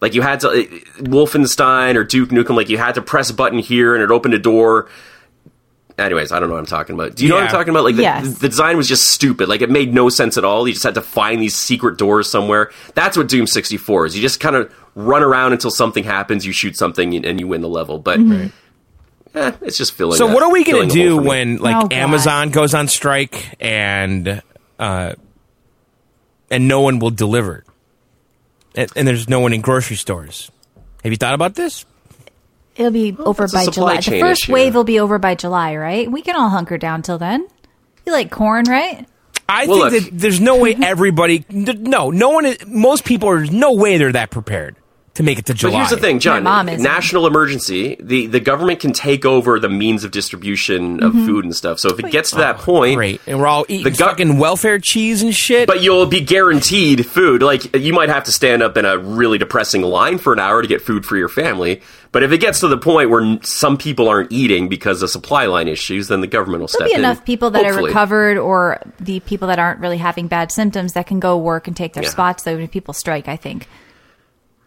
D: Like you had to eh, Wolfenstein or Duke Nukem, like you had to press a button here and it opened a door. Anyways, I don't know what I'm talking about. Do you know what
B: Yeah.
D: I'm talking about? Like the,
C: Yes.
D: the design was just stupid. Like it made no sense at all. You just had to find these secret doors somewhere. That's what Doom 64 is. You just kind of run around until something happens, you shoot something, and, and you win the level. But eh, it's just filling.
B: so
D: a-
B: what are we gonna
D: filling a
B: do
D: hole for me.
B: when like
C: Oh, God.
B: Amazon goes on strike and uh and no one will deliver, and, and there's no one in grocery stores? Have you thought about this?
C: It'll be over
D: it's a
C: by
D: supply
C: July. The
D: chain
C: first
D: issue.
C: wave will be over by July, right? We can all hunker down till then. You like corn, right?
B: I
D: Well,
B: think
D: look-
B: that there's no way everybody. No, no one. is- Most people are. There's no way they're that prepared to make it to July.
D: But here's the thing, John.
C: My mom is.
D: national emergency. The the government can take over the means of distribution
C: Mm-hmm.
D: of food and stuff. So if it gets to that point,
B: Oh, Great, and we're all eating
D: The gov-
B: fucking welfare cheese and shit.
D: but you'll be guaranteed food. Like you might have to stand up in a really depressing line for an hour to get food for your family. But if it gets to the point where n- some people aren't eating because of supply line issues, then the government will
C: There'll
D: step
C: be
D: in.
C: enough people that are
D: hopefully.
C: recovered, or the people that aren't really having bad symptoms that can go work and take their
D: Yeah.
C: spots. Though when people strike, I think.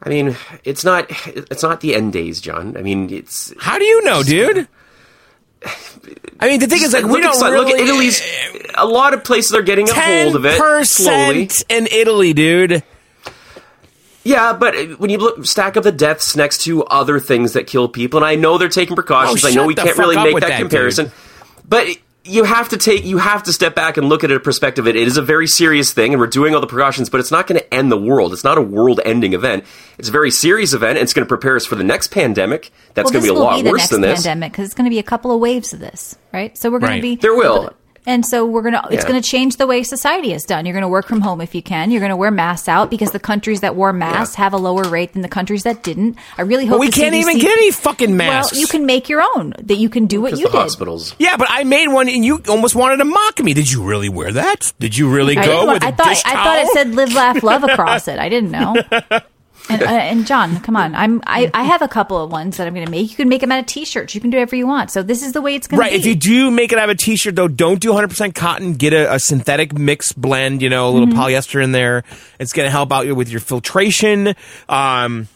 D: I mean, it's not it's not the end days, John. I mean, it's
B: How do you know, dude? I mean, the thing is, like, we
D: look, at
B: don't
D: some-
B: really.
D: look at Italy's. A lot of places are getting a hold of it slowly.
B: percent in Italy, dude.
D: Yeah, but uh, when you look stack up the deaths next to other things that kill people, and I know they're taking precautions.
B: Oh,
D: I know
B: shut
D: we
B: the
D: can't
B: fuck
D: really
B: up
D: make
B: with
D: that,
B: that,
D: comparison,
B: dude.
D: but you have to take you have to step back and look at it a perspective. It is a very serious thing, and we're doing all the precautions, but it's not going to end the world. It's not a world-ending event. It's a very serious event. And it's going to prepare us for the next pandemic. That's
C: well,
D: going
C: this
D: to be a
C: will
D: lot
C: be the
D: worse
C: next
D: than this.
C: pandemic because it's going to be a couple of waves of this, right? So we're going
B: Right.
C: to be
D: There will.
C: and so we're going to. It's
D: Yeah.
C: going to change the way society is done. You're going to work from home if you can. You're going to wear masks out because the countries that wore masks have a lower rate than the countries that didn't. I really hope
B: But we
C: the
B: can't even
C: CDC
B: get any fucking masks.
C: Well, you can make your own. That you can do what
D: Because
C: you
D: the
C: did.
D: hospitals.
B: Yeah, but I made one, and you almost wanted to mock me. Did you really wear that? Did you really
C: I,
B: go
C: didn't want-
B: with a
C: I thought
B: dish
C: I thought it
B: towel?
C: said "live, laugh, love" across it. I didn't know. And, uh, and John, come on. I'm I, I have a couple of ones that I'm going to make. You can make them out of t-shirts. You can do whatever you want. So this is the way it's going
B: Right.
C: to be.
B: If you do make it out of a t-shirt, though, don't do 100% cotton. Get a, a synthetic mix blend, you know, a
C: Mm-hmm.
B: little polyester in there. It's going to help out you with your filtration. Um,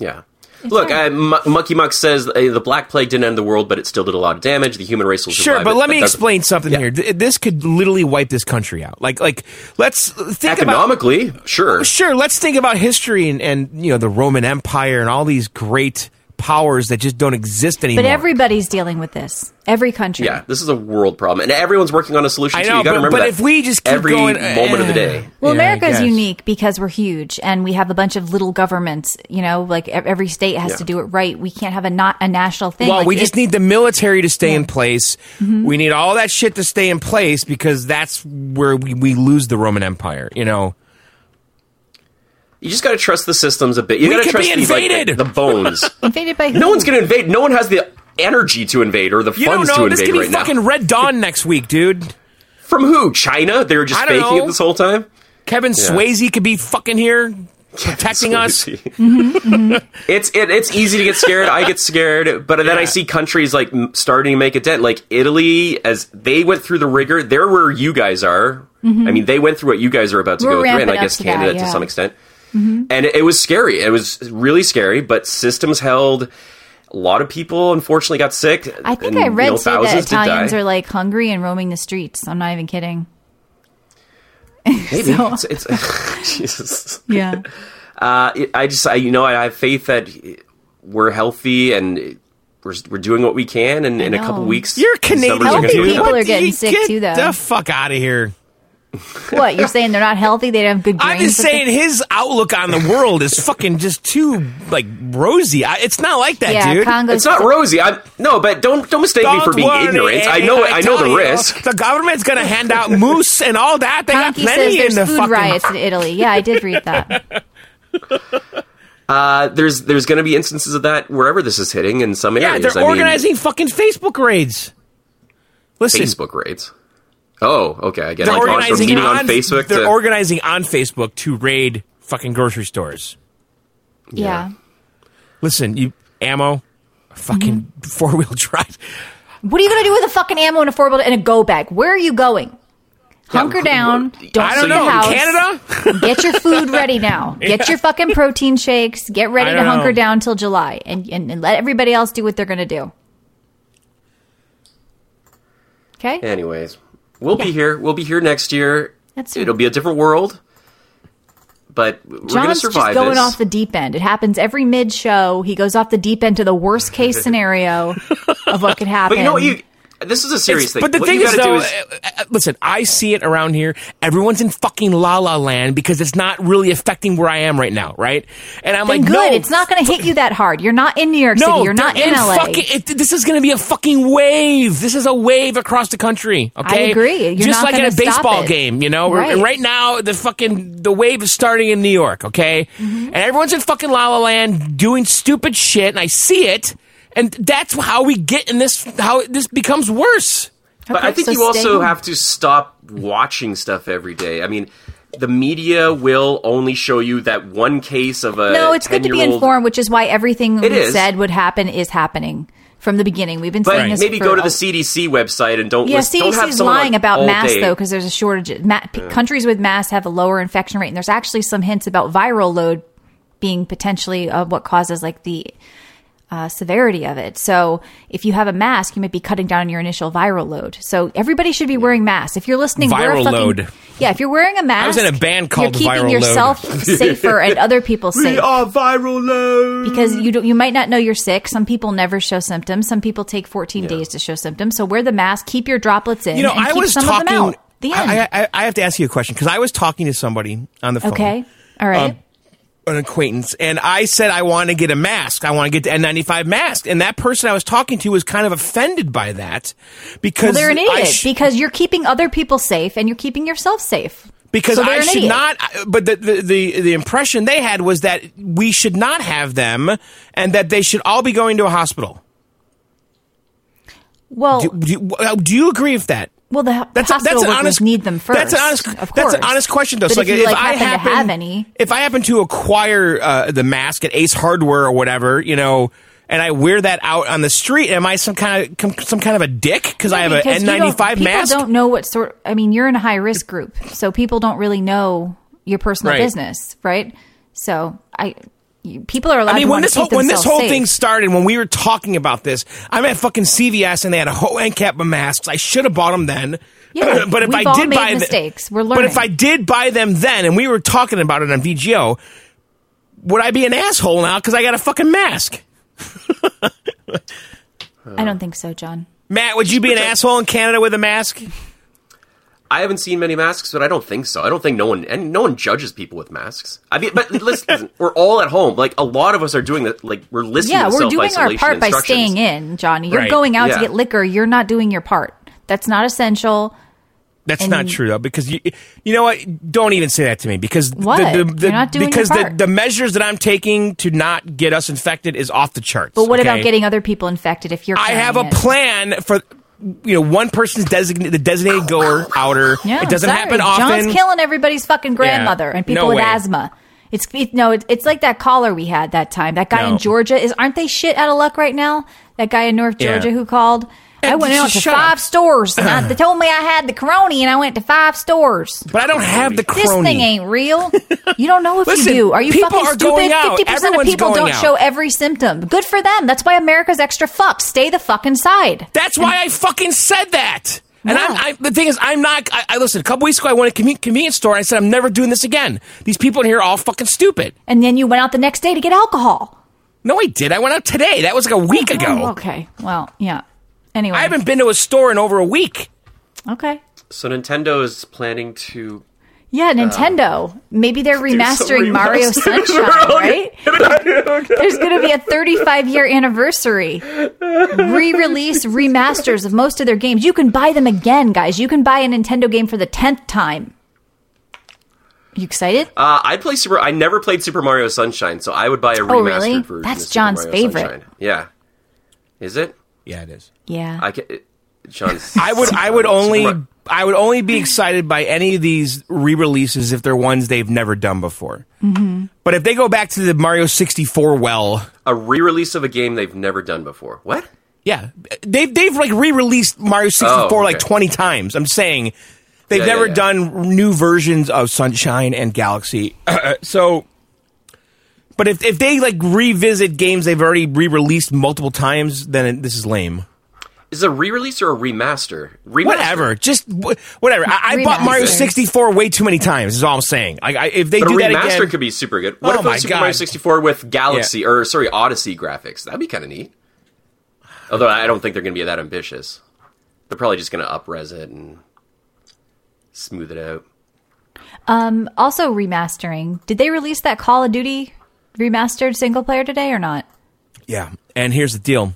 D: Yeah. Look, I, M- Mucky Muck says uh, the Black Plague didn't end the world, but it still did a lot of damage. The human race will
B: sure,
D: survive
B: but
D: it,
B: let me
D: that's-
B: explain something
D: Yeah.
B: here. Th- This could literally wipe this country out. Like, like let's think about Oh,
D: Economically, sure.
B: sure let's think about history and, and you know the roman empire and all these great powers that just don't exist anymore
C: but everybody's dealing with this. Every country.
D: Yeah, this is a world problem, and everyone's working on a solution.
B: I
D: so
B: know,
D: you got
B: but-
D: to remember
B: but
D: that
B: if we just keep
D: every
B: going,
D: moment of the
B: eh.
D: day.
C: Well,
B: Yeah, I
C: America's
B: guess.
C: unique because we're huge and we have a bunch of little governments. You know, like e- every state has
D: Yeah.
C: to do it right. We can't have a not a national thing.
B: well
C: Like,
B: we just
C: it's-
B: need the military to stay in place
C: Mm-hmm.
B: we need all that shit to stay in place because that's where we, we lose the roman empire you know
D: You just got to trust the systems a bit. You
B: We
D: got to
B: could
D: trust
B: be
D: the, like,
B: invaded!
D: the, the bones.
C: invaded by
D: no
C: who?
D: one's going to invade. No one has the energy to invade or the
B: you
D: funds
B: don't know
D: to
B: this could
D: invade
B: be
D: right now.
B: fucking red dawn next week dude
D: From who? China? They were just
B: I don't
D: faking
B: know.
D: it this whole time.
B: kevin swayze could be fucking here protecting us
C: Mm-hmm,
D: it's it, it's easy to get scared. I get scared, but then I see countries like m- starting to make a dent, like Italy, as they went through the rigor. They're where you guys are. I mean, they went through what you guys are about to
C: Mm-hmm. We're
D: go through, and
C: ramping
D: I
C: up
D: guess
C: to that,
D: Canada to
C: yeah. Mm-hmm.
D: some extent. And it, it was scary. It was really scary, but systems held. A lot of people unfortunately got sick.
C: I think
D: and,
C: I read
D: you know,
C: too that
D: thousands did
C: Italians
D: die.
C: are like hungry and roaming the streets. I'm not even kidding.
D: Maybe. It's, it's, Jesus.
C: Yeah.
D: Uh, it- I just, I, you know, I have faith that we're healthy and we're, we're doing what we can. And in a couple
C: know.
D: weeks,
B: you're
D: these
B: canadian
D: numbers are gonna
C: Healthy
D: go
B: dude.
C: people
D: down.
C: are
B: What-
C: getting
B: you
C: sick,
B: get
C: too, though.
B: the fuck out of here
C: what you're saying? They're not healthy. They don't have good.
B: I'm
C: brains
B: just
C: that they-
B: saying his outlook on the world is fucking just too like rosy. I, it's not like that,
C: Yeah,
B: dude.
C: Congo.
D: It's not rosy. I'm no, but don't don't mistake me for being
B: worry,
D: ignorant. I know I know
B: tell
D: the
B: you,
D: risk.
B: The government's gonna hand out moose and all that. They got
C: Donkey says
B: plenty in
C: there's
B: the
C: food
B: fucking.
C: riots in Italy. Yeah, I did read that.
D: Uh, there's there's going to be instances of that wherever this is hitting in some
B: Yeah,
D: areas.
B: they're
D: I mean,
B: organizing fucking Facebook raids. Listen,
D: Facebook raids. Oh, okay. I get it.
B: they're
D: Like, gone from
B: organizing
D: meeting on, Facebook.
B: They're
D: to,
B: organizing on Facebook to raid fucking grocery stores.
C: Yeah.
B: Listen, you ammo, fucking
C: Mm-hmm.
B: four wheel drive.
C: What are you going to do with a fucking ammo and a four and a go bag? Where are you going? Hunker down. Don't
B: I don't
C: leave the
B: know. in
C: house.
B: Canada.
C: Get your food ready now. Get your fucking protein shakes. Get ready
B: I
C: to
B: don't
C: hunker
B: know.
C: down till July, and, and and let everybody else do what they're going to do. Okay.
D: Anyways, we'll be here. We'll be here next year.
C: That's
D: It'll be a different world, but we're going to
C: John's
D: survive
C: just going
D: this.
C: off the deep end. It happens every mid show. He goes off the deep end to the worst case scenario of what could happen.
D: But you know what? You this is a serious
B: It's-
D: thing.
B: But the
D: What
B: thing
D: you
B: is,
D: gotta do
B: though, uh, uh, listen, I see it around here. Everyone's in fucking la la land because it's not really affecting where I am right now, right? And I'm
C: Then
B: like,
C: good.
B: no,
C: it's not going to hit you that hard. You're not in New York
B: no,
C: City. You're not
B: they're
C: in LA.
B: Fucking, it, this is going to be a fucking wave. This is a wave across the country. Okay,
C: agree. You're
B: Just
C: not
B: like at
C: gonna
B: a
C: stop
B: baseball
C: it.
B: game, you know. Right.
C: Right.
B: right now, the fucking the wave is starting in New York. Okay,
C: Mm-hmm.
B: and everyone's in fucking la la land doing stupid shit, and I see it, and that's how we get in this. How this becomes worse.
D: But I
C: Okay,
D: think
C: so
D: you also
C: stay-
D: have to stop watching stuff every day. I mean, the media will only show you that one case of a.
C: No, it's good to be
D: 10-year-old
C: informed, which is why everything we
D: It is.
C: said would happen is happening from the beginning. We've been
D: But
C: saying this.
D: maybe
C: for
D: go to
C: a-
D: the CDC website and don't.
C: Yeah,
D: list, don't have
C: CDC's
D: someone
C: lying
D: on
C: about
D: all
C: masks
D: day.
C: though because there's a shortage. Ma- p- Countries with masks have a lower infection rate, and there's actually some hints about viral load being potentially uh, what causes like the uh, severity of it. So if you have a mask, you might be cutting down on your initial viral load. So everybody should be wearing masks. If you're listening, wear a
B: Viral
C: fucking-
B: load.
C: Yeah, if you're wearing a mask,
B: was in a band called
C: you're keeping
B: Viral Load.
C: yourself safer and other people
D: we
C: safe
D: are viral load.
C: because
B: Mm-hmm.
C: you don't, you might not know you're sick. Some people never show symptoms. Some people take 14 days to show symptoms. So wear the mask, keep your droplets in.
B: You know,
C: and
B: I
C: keep
B: was
C: some
B: talking.
C: of them out. The end.
B: I, I, I have to ask you a question because I was talking to somebody on the phone,
C: okay. All right.
B: Um, an acquaintance, and I said I want to get a mask. I want to get the N95 mask, and that person I was talking to was kind of offended by that because
C: well, they're an
B: I
C: idiot
B: sh-
C: because you're keeping other people safe and you're keeping yourself safe.
B: because
C: so they're
B: I
C: an
B: should
C: idiot.
B: not. I- But the, the the the impression they had was that we should not have them, and that they should all be going to a hospital.
C: Well,
B: Do, do, do you agree with that?
C: Well, the
B: That's a,
C: hospital
B: that's an
C: workers
B: honest
C: need them first.
B: That's an honest.
C: Of course.
B: that's an honest question though.
C: But
B: So
C: if you, like,
B: I
C: happen
B: happen
C: to have any,
B: if I happen to acquire uh, the mask at Ace Hardware or whatever, you know, and I wear that out on the street, am I some kind of com- some kind of a dick because I have an
C: because you don't-
B: N95 mask?
C: People don't know what sort. I mean, you're in a high risk group, so people don't really know your personal
B: Right.
C: business, right? So I, you, people are allowed.
B: I mean,
C: to
B: when
C: wanna
B: this
C: keep
B: whole, when this
C: themselves
B: whole
C: safe.
B: thing started, when we were talking about this, I'm at fucking CVS and they had a whole end cap of masks. I should have bought them then.
C: Yeah,
B: but if
C: we've
B: I
C: all
B: did
C: made
B: buy the-
C: mistakes. We're
B: But if
C: learning.
B: I did buy them then, and we were talking about it on VGO, would I be an asshole now because I got a fucking mask?
C: I don't think so, John.
B: Matt, would you be an asshole in Canada with a mask?
D: I haven't seen many masks, but I don't think so. I don't think no one and no one judges people with masks. I mean, but listen, we're all at home. Like a lot of us are doing that. Like we're listening.
C: Yeah,
D: to
C: we're doing our
D: self-isolation
C: part by
D: instructions.
C: staying in, Johnny. You're
B: Right.
C: going out
D: Yeah.
C: to get liquor. You're not doing your part. That's not essential.
B: That's not true though, because you you know what? Don't even say that to me because
C: What?
B: The, the, the,
C: You're not doing your
B: because
C: part.
B: the the measures that I'm taking to not get us infected is off the charts.
C: But what
B: okay?
C: about getting other people infected if you're?
B: I
C: carrying
B: have a
C: it?
B: plan for you know one person's designated the designated goer outer.
C: Oh, Yeah,
B: it doesn't
C: sorry.
B: happen often.
C: John's killing everybody's fucking grandmother and people
B: No
C: with
B: way.
C: asthma. It's it, no, it, it's like that caller we had that time. That guy
B: No.
C: in Georgia is aren't they shit out of luck right now? That guy in North
B: Yeah.
C: Georgia who called. I
B: And
C: went
B: just
C: out to
B: shut up.
C: five stores. And I, they told me I had the crony, and I went to five stores.
B: but I don't have the crony.
C: This thing ain't real. You don't know if
B: Listen,
C: you do. Are you
B: people
C: fucking
B: are going
C: stupid?
B: out.
C: Fifty percent of
B: Everyone's
C: people
B: going
C: don't
B: out.
C: show every symptom. Good for them. That's why America's extra fucked. Stay the fuck inside.
B: That's why I fucking said that. And
C: Yeah.
B: I'm, I, the thing is, I'm not. I, I listen. A couple weeks ago, I went to a conven- convenience store. and I said, I'm never doing this again. These people in here are all fucking stupid.
C: And then you went out the next day to get alcohol.
B: No, I did. I went out today. That was like a week ago.
C: Oh, okay. Well, yeah. Anyway.
B: I haven't been to a store in over a week.
C: Okay.
D: So Nintendo is planning to.
C: Yeah, Nintendo. Maybe they're remastering
D: remasters.
C: Mario Sunshine, right? There's going to be a 35 year anniversary. Re release remasters of most of their games. You can buy them again, guys. You can buy a Nintendo game for the 10th time. You excited?
D: Uh, I play Super. I never played Super Mario Sunshine, so I would buy a remastered
C: Oh, really?
D: version.
C: That's
D: of Super
C: John's
D: Mario
C: favorite.
D: Sunshine. Yeah, is it?
B: Yeah, it is.
C: yeah.
D: I can, it- John's.
B: I would.
D: Super
B: I would
D: Mario-
B: only.
D: Super Mar-
B: I would only be excited by any of these re-releases if they're ones they've never done before. But if they go back to the Mario 64 well,
D: a re-release of a game they've never done before. What?
B: yeah, they've they've like re-released Mario 64
D: Oh,
B: like
D: okay.
B: 20 times. I'm saying they've
D: Yeah, yeah,
B: never
D: yeah.
B: done new versions of Sunshine and Galaxy. so but if if they like revisit games they've already re-released multiple times, then it, this is lame.
D: Is it a re-release or a remaster? remaster.
B: Whatever, just wh- whatever. I, I bought
C: Remastered.
B: Mario 64 way too many times. Is all I'm saying. Like, I, if they
D: But a
B: do that
D: remaster
B: again,
D: could be super good. What
B: Oh
D: if it
B: my
D: was Super
B: God.
D: Mario 64 with Galaxy or sorry Odyssey graphics? That'd be kind of neat. Although I don't think they're going to be that ambitious. They're probably just going to upres it and smooth it out.
C: also, remastering. Did they release that Call of Duty remastered single player today or not?
B: yeah. And here's the deal: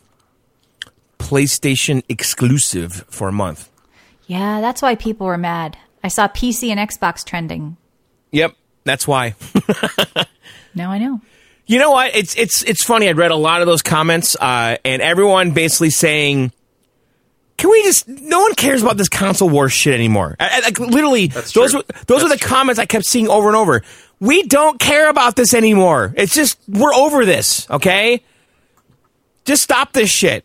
B: PlayStation exclusive for a month.
C: Yeah, that's why people were mad. I saw PC and Xbox trending.
B: Yep, that's why.
C: Now I know.
B: You know what? It's it's it's funny. I read a lot of those comments, uh, and everyone basically saying, "Can we just? No one cares about this console war shit anymore." I, I- like literally, those
D: true.
B: were those were the
D: That's true.
B: comments I kept seeing over and over. We don't care about this anymore. It's just we're over this. Okay, just stop this shit.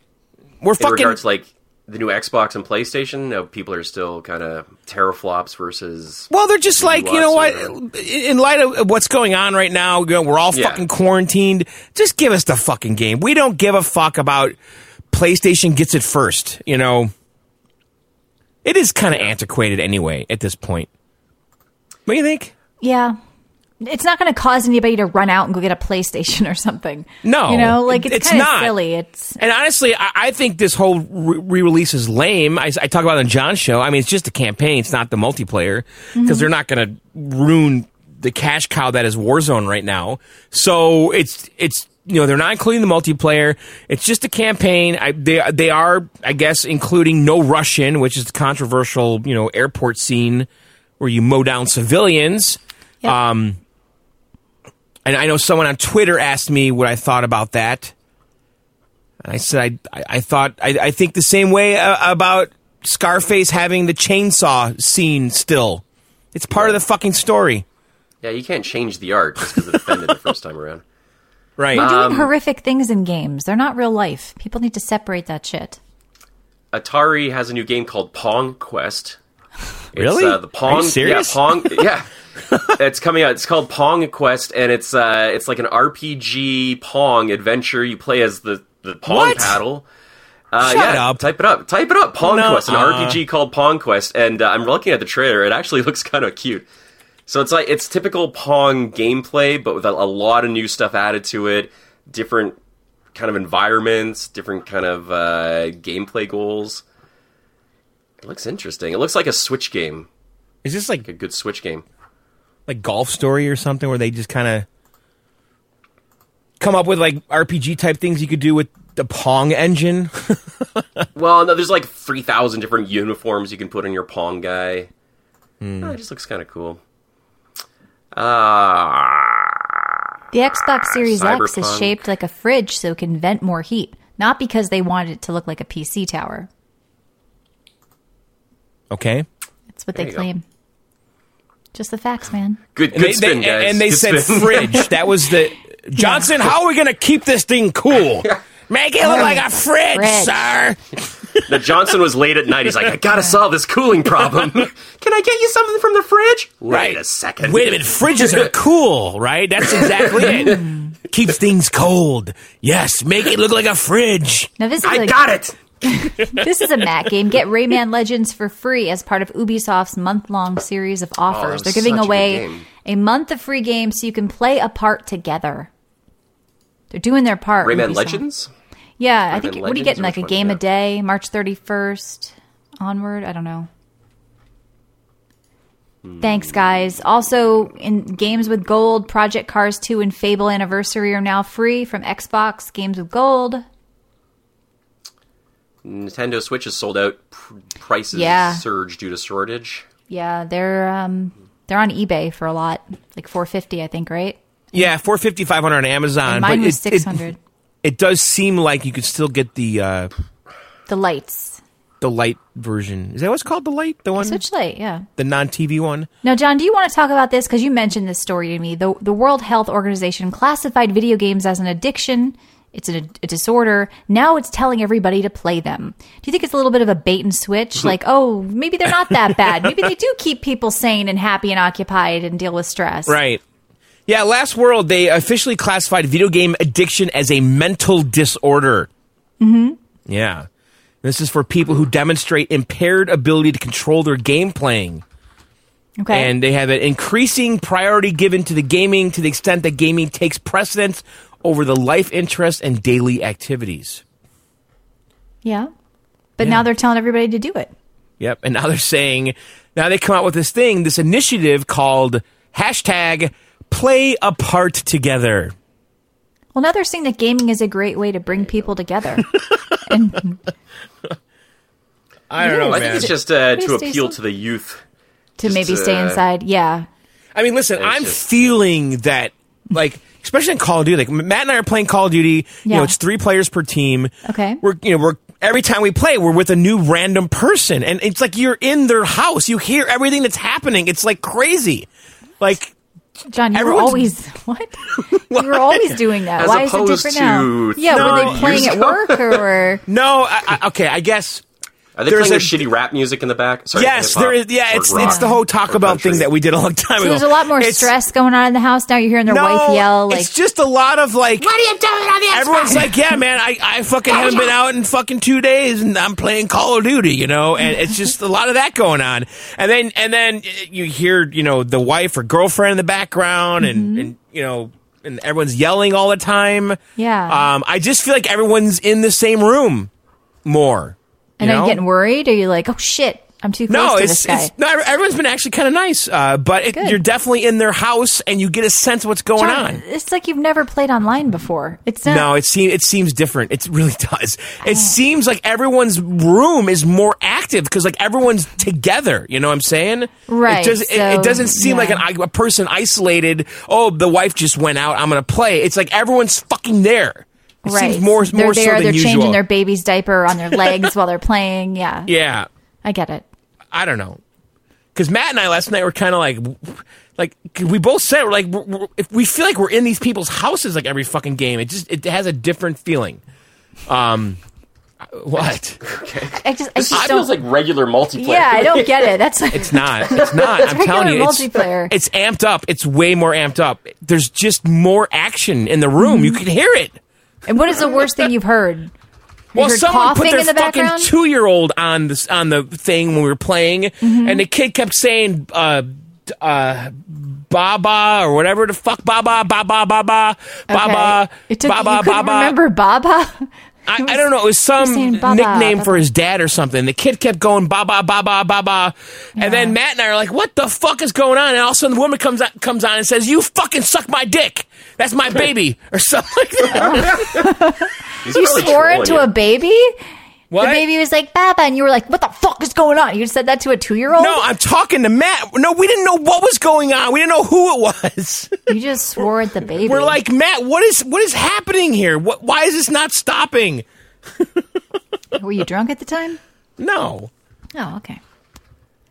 B: We're
D: In
B: fucking
D: regards like the new Xbox and PlayStation, no, people are still kind of teraflops versus
B: Well, they're just like, you know what?
D: nuance or-
B: In light of what's going on right now, you know, we're all
D: Yeah.
B: fucking quarantined. Just give us the fucking game. We don't give a fuck about PlayStation gets it first, you know? It is kind of antiquated anyway at this point. What do you think?
C: Yeah. It's not going to cause anybody to run out and go get a PlayStation or something.
B: No.
C: You know, like it's,
B: It's
C: kind of
B: not.
C: silly. It's
B: And honestly, I, I think this whole re release is lame. I, I talk about it on John's show. I mean, it's just a campaign, it's not the multiplayer, because they're not going to ruin the cash cow that is Warzone right now. So it's, it's, you know, they're not including the multiplayer. It's just a campaign. I, they, they are, I guess, including No Russian, which is the controversial, you know, airport scene where you mow down civilians. Um, and I know someone on Twitter asked me what I thought about that. And I said, I, I, I thought, I, I think the same way uh, about Scarface having the chainsaw scene still. It's part of the fucking story.
D: Yeah, you can't change the art just because it offended the first time around.
B: Right.
C: They're
D: Uh, Um,
C: doing horrific things in games. They're not real life. People need to separate that shit.
D: Atari has a new game called Pong Quest. It's,
B: Really?
D: uh, the Pong.
B: Are you serious?
D: Yeah, Pong. Yeah, it's coming out. It's called Pong Quest, and it's uh, it's like an RPG Pong adventure. You play as the the Pong
B: What?
D: paddle. Uh,
B: Shut
D: yeah,
B: up.
D: Type it up. Type it up. Pong
B: No,
D: Quest, an
B: uh.
D: RPG called Pong Quest, and uh, I'm looking at the trailer. It actually looks kind of cute. So it's like it's typical Pong gameplay, but with a, a lot of new stuff added to it. Different kind of environments, different kind of uh, gameplay goals. It looks interesting. It looks like a Switch game,
B: Is this
D: like
B: like
D: a good Switch game.
B: like golf story or something where they just kind of come up with like RPG type things you could do with the Pong engine?
D: Well, no, there's like three thousand different uniforms you can put on your Pong guy.
B: Hmm.
D: Ah, it just looks kind of cool. Ah,
C: The Xbox Series X is
D: Cyberpunk.
C: shaped like a fridge so it can vent more heat, not because they wanted it to look like a PC tower.
B: Okay.
C: That's what
D: There
C: they
D: you go.
C: claim. Just the facts, man.
D: good,
B: And
D: good
B: they,
D: spin,
B: they-
D: guys.
B: and they
D: Good
B: said
D: spin.
B: fridge. That was the Johnson. How are we going to keep this thing cool? Make it look like a fridge,
C: Fridge.
B: sir.
D: Now, Johnson was late at night. He's like, I gotta solve this cooling problem. Can I get you something from the fridge? Wait
B: Right.
D: a second.
B: Wait a minute. Fridges are cool, right? That's exactly it. Keeps things cold. Yes, make it look like a fridge.
C: Now this is
D: I
C: a
D: got it.
C: this is a Mac game. Get Rayman Legends for free as part of Ubisoft's month-long series of offers.
D: Oh,
C: They're giving
D: such a good
C: away
D: game.
C: a month of free games so you can play a part together. They're doing their part.
D: Rayman
C: Ubisoft.
D: Legends?
C: Yeah, I
D: Rayman
C: think. what are you
D: Legends
C: getting?
D: or
C: Like a
D: which one?
C: game a
D: Yeah.
C: day, March thirty first onward. I don't know. Thanks,
D: Hmm.
C: guys. Also, in games with gold, Project Cars Two and Fable Anniversary are now free from Xbox. Games with gold.
D: Nintendo Switch is sold out. Pr- prices
C: Yeah.
D: surge due to shortage.
C: Yeah, they're um they're on eBay for a lot, like four fifty, I think, right?
B: Yeah, 450, 500 on Amazon.
C: Mine
B: but
C: was
B: it- it-
C: six hundred.
B: it does seem like you could still get the uh,
C: The lights,
B: the light version. Is that what's called the light? The one,
C: Switch light, yeah.
B: the non TV one.
C: Now, John, do you want to talk about this? Because you mentioned this story to me. The the World Health Organization classified video games as an addiction. It's a, a disorder. Now it's telling everybody to play them. Do you think it's a little bit of a bait and switch? like, oh, maybe they're not that bad. Maybe they do keep people sane and happy and occupied and deal with stress.
B: Right. Yeah, last world they officially classified video game addiction as a mental disorder. Mm-hmm. Yeah. This is for people who demonstrate impaired ability to control their game playing.
C: Okay.
B: And they have an increasing priority given to the gaming to the extent that gaming takes precedence over the life interests and daily activities.
C: yeah. But now they're telling everybody to do it.
B: Yep. And now they're saying, now they come out with this thing, this initiative called hashtag play apart together.
C: Well, now they're saying that gaming is a great way to bring people together. and
B: I don't know.
D: I think it's just uh,
C: Please
D: to
C: do
D: appeal
C: so.
D: to the youth.
C: to maybe
D: uh,
C: stay inside. Yeah.
B: I mean, listen, I'm
D: just-
B: feeling that, like, especially in Call of Duty. Like, Matt and I are playing Call of Duty. You
C: Yeah.
B: know, it's three players per team.
C: Okay.
B: We're, you know, we're, every time we play, we're with a new random person. And it's like you're in their house. You hear everything that's happening. It's like crazy. Like,
C: John, you were
B: Everyone's-
C: always what? You were always doing that.
D: As
C: Why is it
D: opposed
C: different
D: to
C: now? Yeah, were
B: three
C: they playing
D: years
C: at work or
B: no, I, I, okay, I guess.
D: Are they
B: There's
D: playing
B: a-
D: their shitty rap music in the back? Sorry,
B: yes,
D: hip-hop
B: there is.
D: or
B: Yeah, it's
D: rock
B: it's the whole talk
D: or
B: about
D: country.
B: thing that we did a long time
C: so
B: ago.
C: there's a lot more
B: It's-
C: stress going on in the house now? You're hearing their
B: No,
C: wife yell like
B: it's just a lot of like.
E: What are you doing on the
B: Everyone's like, yeah, man, I, I fucking haven't been out in fucking two days, and I'm playing Call of Duty, you know, and it's just a lot of that going on. And then and then eh, you hear you know the wife or girlfriend in the background,
C: Mm-hmm.
B: and and you know, and everyone's yelling all the time.
C: Yeah.
B: Um, I just feel like everyone's in the same room more.
C: and
B: you
C: are
B: know?
C: you getting worried? Are you like, oh shit, I'm too close
B: No,
C: to
B: it's,
C: this guy?
B: it's no, everyone's been actually kind of nice, uh, but it,
C: Good.
B: you're definitely in their house and you get a sense of what's going
C: John,
B: on.
C: It's like you've never played online before. It's not,
B: No, it seems it seems different. It really does.
C: Oh.
B: It seems like everyone's room is more active because like everyone's together. You know what I'm saying?
C: Right,
B: It, does, it,
C: so,
B: it doesn't seem
C: yeah.
B: like an, a person isolated. Oh, the wife just went out. I'm gonna play. It's like everyone's fucking there. It
C: right.
B: seems more
C: they're
B: more
C: there.
B: so than
C: they're
B: usual.
C: changing their baby's diaper on their legs while they're playing. Yeah.
B: yeah.
C: I get it.
B: I don't know. Because Matt and I last night were kind of like, like 'cause we both said we're like, we're, we're- if we feel like we're in these people's houses like every fucking game, it just it has a different feeling. Um, what?
C: I just, I just don't.
D: feels like regular multiplayer.
C: yeah, I don't get it. That's
B: It's not. It's not.
C: It's
B: I'm telling you,
C: regular
B: it's
C: multiplayer.
B: It's amped up. It's way more amped up. There's just more action in the room. You
C: Mm-hmm.
B: can hear it.
C: and what is the worst thing you've heard?
B: Well,
C: heard
B: someone put
C: coughing
B: their
C: in the
B: fucking
C: background?
B: two year old on this on the thing when we were playing,
C: Mm-hmm.
B: and the kid kept saying uh, d- uh, "Baba" or whatever the fuck, "Baba, Baba, Baba, Baba,
C: Okay. It took,
B: Baba,
C: you couldn't
B: Baba."
C: remember Baba.
B: I, I
C: It was-
B: don't know. It was
C: was saying
B: some
C: Baba,
B: nickname for
C: Baba.
B: his dad or something. The kid kept going "Baba, Baba, Baba," and then Matt and I are like, "What the fuck is going on?" And all of a sudden, the woman comes on, comes on and says, "You fucking suck my dick. That's my baby," or something like that.
C: You swore it to a baby.
B: What?
C: The baby was like Baba, and you were like, "What the fuck is going on?" You said that to a two-year-old.
B: No, I'm talking to Matt. No, we didn't know what was going on. We didn't know who it was.
C: you just swore at the baby.
B: We're like, Matt, what is what is happening here? What, why is this not stopping?
C: "Were you drunk at the time?"
B: No.
C: Oh, okay.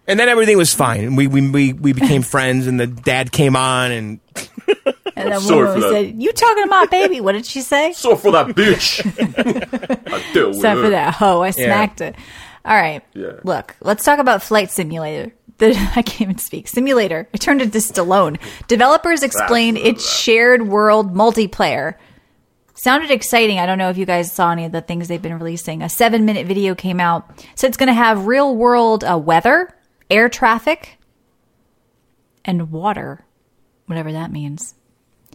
B: And then everything was fine. And We we we, we became friends, and the dad came on, and
C: And then
D: Sorry
C: woman
D: for that.
C: said, "You talking to my baby?" What did she say?
D: So for that bitch. I do.
C: Except for that hoe, I smacked it. All right.
D: Yeah.
C: Look, let's talk about Flight Simulator. The, I can't even speak. Simulator. I turned into Stallone. Developers explain its shared world multiplayer. Sounded exciting. I don't know if you guys saw any of the things they've been releasing. A seven minute video came out. So it's going to have real world uh, weather, air traffic, and water, whatever that means.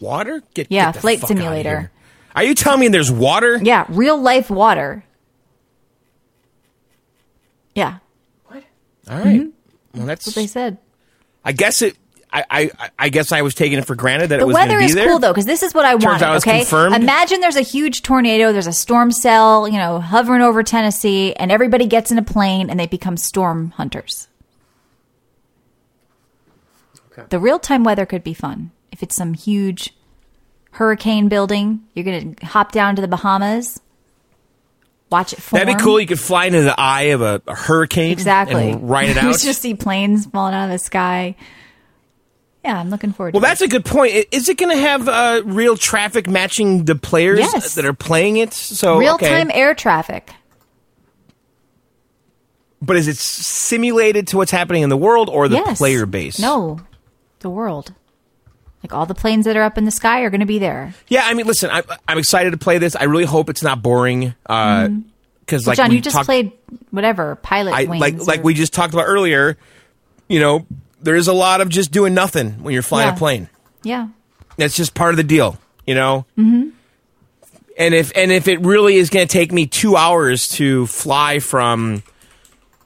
B: water. Get
C: Yeah,
B: get the
C: flight
B: fuck outta
C: simulator.
B: here. Are you telling me there's water?
C: Yeah, real life water. Yeah,
B: All right. Well, that's.
C: Mm-hmm. they said.
B: I guess it. I, I I guess I was taking it for granted that it
C: The
B: was going to
C: weather
B: be
C: is
B: there.
C: cool though, because this is what I wanted.
B: out it's
C: okay,
B: confirmed.
C: imagine there's a huge tornado, there's a storm cell, you know, hovering over Tennessee, and everybody gets in a plane and they become storm hunters. The real time weather could be fun if it's some huge hurricane building. You're gonna hop down to the Bahamas, watch it form.
B: That'd be cool. You could fly into the eye of a, a hurricane
C: Exactly.
B: and ride it
C: you
B: out.
C: just see planes falling out of the sky. Yeah, I'm looking forward.
B: Well,
C: to it.
B: that's a good point. I- Is it going to have uh, real traffic matching the players
C: Yes.
B: that are playing it? So
C: real
B: oh, okay.
C: time air traffic.
B: but is it s- simulated to what's happening in the world or the
C: yes.
B: player base?
C: No, the world. Like all the planes that are up in the sky are going to be there.
B: Yeah, I mean, listen, I, I'm excited to play this. I really hope it's not boring. Because like
C: Mm-hmm. John,
B: we
C: you just
B: talked,
C: played whatever pilot
B: I,
C: wings.
B: like like
C: or-
B: we just talked about earlier. You know, there is a lot of just doing nothing when you're flying
C: Yeah.
B: a plane.
C: yeah.
B: That's just part of the deal, you know. Mm-hmm. And if and if it really is going to take me two hours to fly from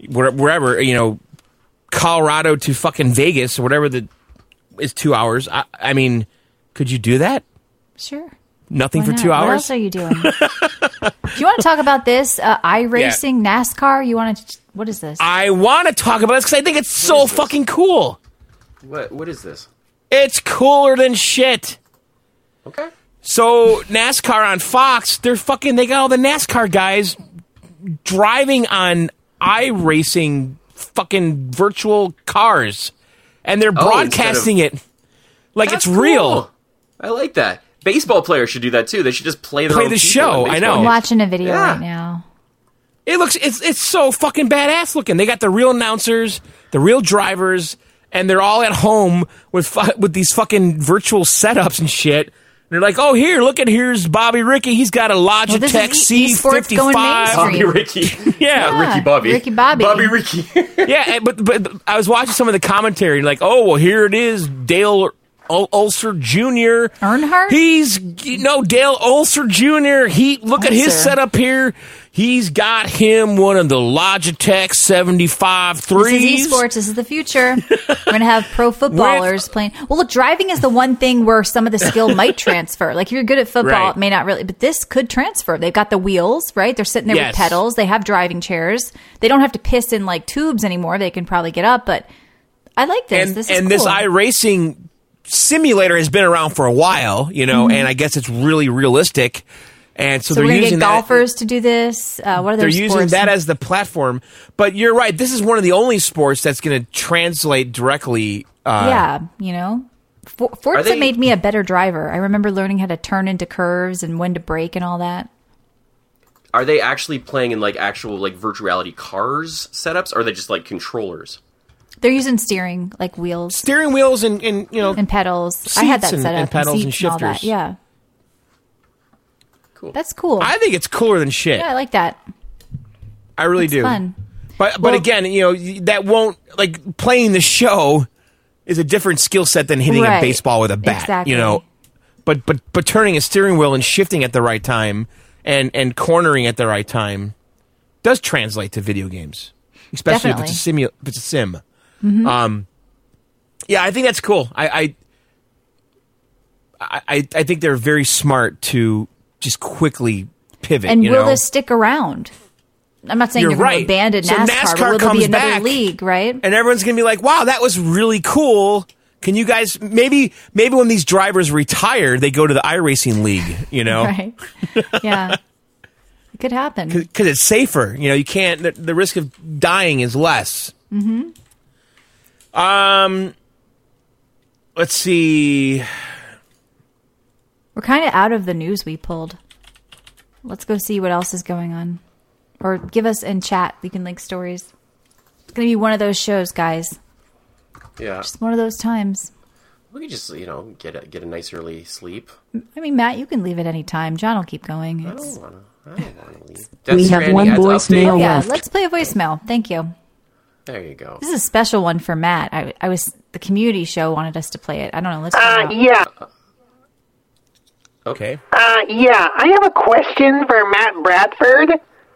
B: where, wherever, you know, Colorado to fucking Vegas or whatever the is two hours. I, I mean, could you do that?
C: Sure.
B: Nothing
C: Why
B: for
C: not?
B: two
C: What
B: hours.
C: else are you doing? Do you want to talk about this? Uh, iRacing, NASCAR? You want to. What is this?
B: I want to talk about this because I think it's so
D: is this?
B: fucking cool.
D: What, what is this?
B: It's cooler than shit.
D: Okay.
B: So NASCAR on Fox, they're fucking. They got all the NASCAR guys driving on iRacing fucking virtual cars, and they're
D: Oh,
B: broadcasting it like it's real.
D: I like that. Baseball players should do that too. They should just play their
B: Play
D: own
B: the
D: people
B: show,
D: in
B: I
D: baseball.
B: know.
C: I'm watching a video
D: Yeah.
C: right now.
B: It looks it's it's so fucking badass looking. They got the real announcers, the real drivers, and they're all at home with fu- with these fucking virtual setups and shit. And they're like, oh here, look at here's Bobby Ricky. He's got a
C: this is
B: Logitech
C: e-
B: C
C: esports
B: fifty
C: going mainstream.
B: five.
D: Bobby Ricky.
B: Yeah,
D: Ricky Bobby.
C: Ricky Bobby.
D: Bobby Ricky.
B: yeah, and- but but I was watching some of the commentary, like, oh well, here it is, Dale Ul- Ulcer Jr.
C: Earnhardt?
B: He's you know Dale Ulcer Jr. He look at his
C: Ulcer.
B: setup here. He's got him one of the Logitech seventy five
C: This
B: threes.
C: is esports. This is the future. We're gonna have pro footballers playing. Well, look, driving is the one thing where some of the skill might transfer. Like if you're good at football,
B: Right.
C: it may not really, but this could transfer. They've got the wheels, right? They're sitting there
B: Yes.
C: with pedals. They have driving chairs. They don't have to piss in like tubes anymore. They can probably get up. But I like this.
B: and
C: this is
B: and
C: cool.
B: this iRacing simulator has been around for a while, you know, and I guess it's really realistic. And so,
C: Mm-hmm. So
B: they're
C: we're gonna
B: using
C: get
B: that-
C: golfers to do this. Uh, what
B: they're
C: are their
B: using
C: sports?
B: that as the platform. But you're right. This is one of the only sports that's going to translate directly. Uh,
C: yeah, you know. For- Forza
D: they-
C: made me a better driver. I remember learning how to turn into curves and when to brake and all that.
D: Are they actually playing in like actual like virtual reality cars setups? Or are they just like controllers?
C: They're using steering like wheels
B: Steering wheels and, and you know
C: and pedals. I had
B: Seats
C: that
B: and-
C: set up
B: and pedals and
C: seats all that.
B: shifters.
C: Yeah,
D: Cool.
C: that's cool.
B: I think it's cooler than shit.
C: yeah, I like that.
B: I really
C: It's
B: do.
C: fun.
B: But but
C: Well-
B: again, you know y- that won't like playing the show is a different skill set than hitting a
C: Right.
B: baseball with a bat.
C: Exactly.
B: You know, but but but turning a steering wheel and shifting at the right time and and cornering at the right time does translate to video games, especially if it's a simu- if it's a sim.
C: Mm-hmm.
B: Um, yeah, I think that's cool. I. I I, I- I think they're very smart to just quickly pivot.
C: And
B: you
C: will
B: know?
C: this stick around? I'm not saying
B: You're
C: you're, going
B: right.
C: to abandon
B: So
C: NASCAR,
B: NASCAR
C: but will there
B: comes
C: be another
B: back.
C: league, right?
B: and everyone's gonna be like, "Wow, that was really cool." Can you guys maybe maybe when these drivers retire, they go to the iRacing league, you know,
C: Right. yeah. It could happen.
B: because it's safer. You know, you can't. The, the risk of dying is less. Mm-hmm. Um,
C: Mm-hmm.
B: let's see.
C: We're kind of out of the news we pulled. Let's go see what else is going on. Or give us in chat. We can link stories. It's going to be one of those shows, guys.
D: Yeah.
C: It's one of those times.
D: We could just, you know, get a, get a nice early sleep.
C: I mean, Matt, you can leave at any time. John will keep going. It's,
D: I don't want to leave.
G: We
D: Death
G: have
D: Stranding
G: one
D: adds
G: voicemail
D: update.
C: yeah,
G: left.
C: let's play a voicemail. Thank you.
D: There you go.
C: This is a special one for Matt. I, I was the community show wanted us to play it. I don't know. Let's. find
H: Uh,
C: out.
H: yeah,
D: Oh,
B: Okay.
H: uh, yeah. I have a question for Matt Bradford.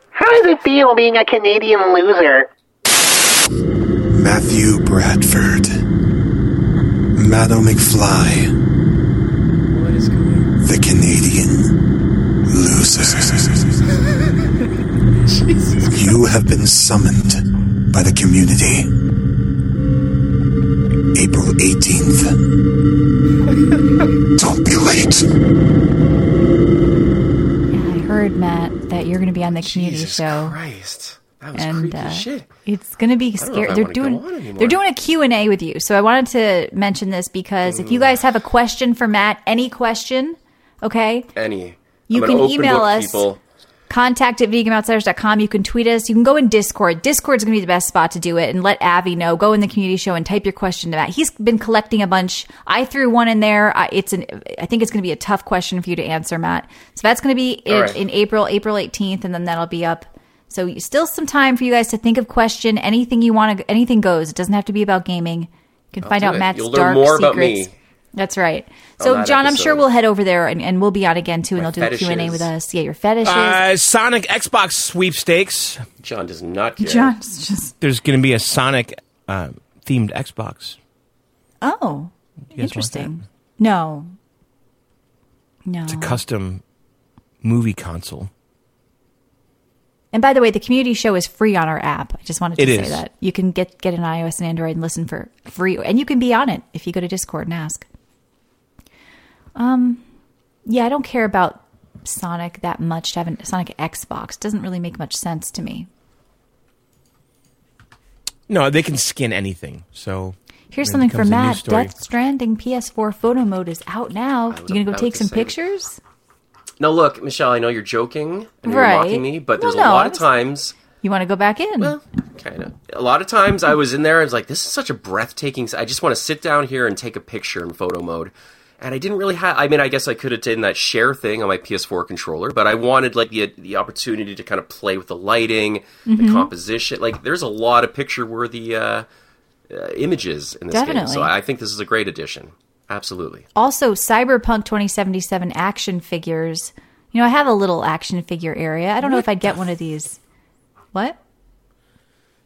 H: How does it feel being a Canadian loser?
I: Matthew Bradford. Maddo McFly.
D: What is going
I: The Canadian. Loser. You have been summoned by the community. April 18th. Don't be late.
C: I heard Matt that you're going to be on the community
D: Jesus
C: show,
D: Christ. That was
C: and
D: creepy
C: uh,
D: as shit.
C: it's going to be
D: I
C: scary.
D: wanna
C: They're
D: go
C: doing
D: on anymore.
C: they're doing a Q and A with you, so I wanted to mention this because
D: Mm.
C: if you guys have a question for Matt, any question, okay,
D: Any.
C: You
D: I'm an
C: can
D: open
C: email
D: book,
C: us.
D: People.
C: contact at veganmoutsider's.com. You can tweet us. You can go in Discord. Discord's going to be the best spot to do it and let Avi know. Go in the community show and type your question to Matt. He's been collecting a bunch. I threw one in there. I, it's an, I think it's going to be a tough question for you to answer, Matt. So that's going to be in,
D: All right.
C: in April, April 18th, and then that'll be up. So you- still some time for you guys to think of question. Anything you want to, anything goes. It doesn't have to be about gaming. You can find
D: do
C: out
D: it.
C: Matt's
D: You'll learn
C: dark
D: more about
C: secrets.
D: me.
C: That's right. So,
D: that
C: John, I'm sure
D: episode.
C: we'll head over there and, and we'll be on again too, and
D: My
C: they'll do a Q&A
D: fetishes.
C: with us. Yeah, your fetishes.
B: Uh, Sonic Xbox sweepstakes.
D: John does not care.
C: John's just
B: There's gonna be a Sonic uh, themed Xbox.
C: oh,
B: guys want that?
C: interesting. No, no.
B: It's a custom movie console.
C: and by the way, the community show is free on our app. I just wanted to
B: It
C: say
B: is.
C: that you can get get an iOS and Android and listen for free, and you can be on it if you go to Discord and ask. Um, yeah, I don't care about Sonic that much. To have a Sonic Xbox doesn't really make much sense to me.
B: No, they can skin anything. So
C: Here's
B: Then
C: something for
B: comes a new
C: Matt.
B: story.
C: Death Stranding PS4 photo mode is out now.
D: was
C: You gonna go
D: about
C: take
D: to
C: some
D: say.
C: pictures?
D: Now, look, Michelle, I know you're joking and
C: Right.
D: you're mocking me, but
C: Well,
D: there's
C: no,
D: a
C: I
D: lot of
C: was-
D: times,
C: You want to go back in?
D: kind of, a lot of times I was in there, I was like, this is such a breathtaking, s- I just want to sit down here and take a picture in photo mode. And I didn't really have, I mean, I guess I could have done that share thing on my PS4 controller, but I wanted, like, the, the opportunity to kind of play with the lighting,
C: Mm-hmm.
D: the composition. Like, there's a lot of picture worthy uh, uh, images in this game. So
C: Definitely.
D: I think this is a great addition. Absolutely.
C: also cyberpunk 2077 action figures you know i have a little action figure area i don't know if i'd get one of these what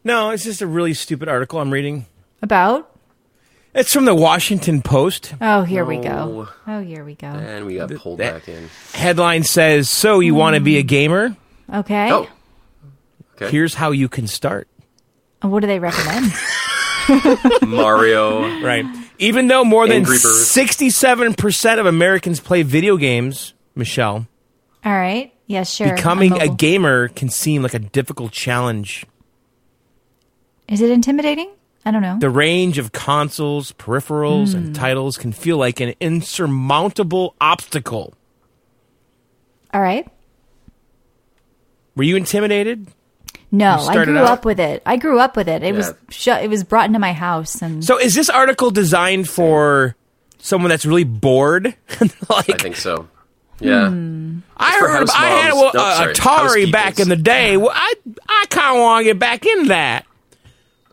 B: No, it's just a really stupid article I'm reading.
C: about
B: It's from the Washington Post.
C: oh here we go oh here we go
D: And we got pulled
B: that-
D: back in.
B: Headline says, "So you want to be a gamer?
C: okay
D: Oh,
B: Here's how you can start."
C: And what do they recommend
D: Mario.
B: Right. Even though more than
D: Angry Birds.
B: 67% of Americans play video games, Michelle,
C: All right. Yeah, sure.
B: Becoming
C: I'm
B: a
C: mobile.
B: gamer can seem like a difficult challenge.
C: Is it intimidating? I don't know.
B: The range of consoles, peripherals,
C: Hmm.
B: and titles can feel like an insurmountable obstacle.
C: All right.
B: Were you intimidated?
C: No,
B: You
C: I
B: started
C: grew
B: out-
C: up with it. I grew up with it. It was
D: Yeah.
C: sh- it was brought into my house and
B: So is this article designed for someone that's really bored? like
D: I think so. Yeah.
C: Hmm.
B: I
D: for
B: heard
D: house
B: about, I had a,
D: moms. No,
B: a-
D: sorry,
B: Atari back in
D: housekeepers.
B: the day. Well, I I kind of want to get back into that.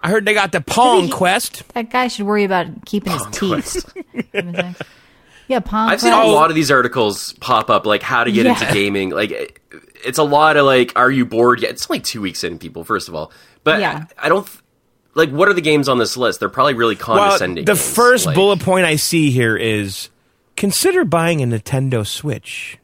B: I heard they got the Pong Quest.
C: that guy should worry about keeping his teeth. yeah, palm.
D: I've seen a
C: quest.
D: lot of these articles pop up, like how to get
C: Yeah.
D: into gaming. Like, it- it's a lot of like, are you bored yet? It's only two weeks in, people. First of all, but
C: Yeah.
D: I, I don't th- like. What are the games on this list? They're probably really
B: Well,
D: condescending.
B: the
D: games,
B: first
D: like-
B: bullet point I see here is consider buying a Nintendo Switch.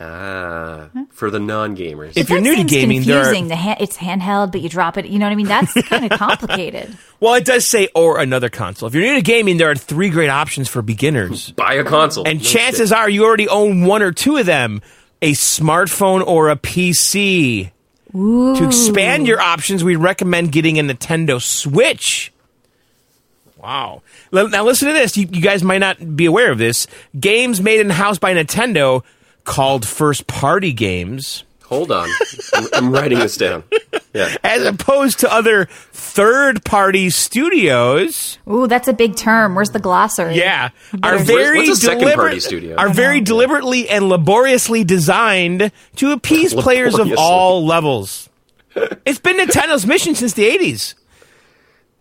D: Ah, for the non-gamers.
B: If you're
C: That
B: new to
C: seems
B: gaming, there are,
C: confusing. The hand, it's handheld, but you drop it. You know what I mean? That's kind of complicated.
B: well, it does say or another console. If you're new to gaming, there are three great options for beginners.
D: Buy a console,
B: And
D: No
B: chances
D: shit.
B: are you already own one or two of them a smartphone or a PC. To expand your options, we recommend getting a Nintendo Switch. Wow. L- Now, listen to this. You, you guys might not be aware of this. Games made in house by Nintendo called first party games,
D: hold on. I'm, I'm writing this down. Yeah,
B: as opposed to other third party studios.
C: Ooh, that's a big term. Where's the glossary?
B: Yeah, are
C: Where's-
B: very
D: what's a second
B: deliberate-
D: party studio?
B: Are very deliberately and laboriously designed to appease players of
D: Laboriously.
B: all levels. It's been Nintendo's mission since the '80s.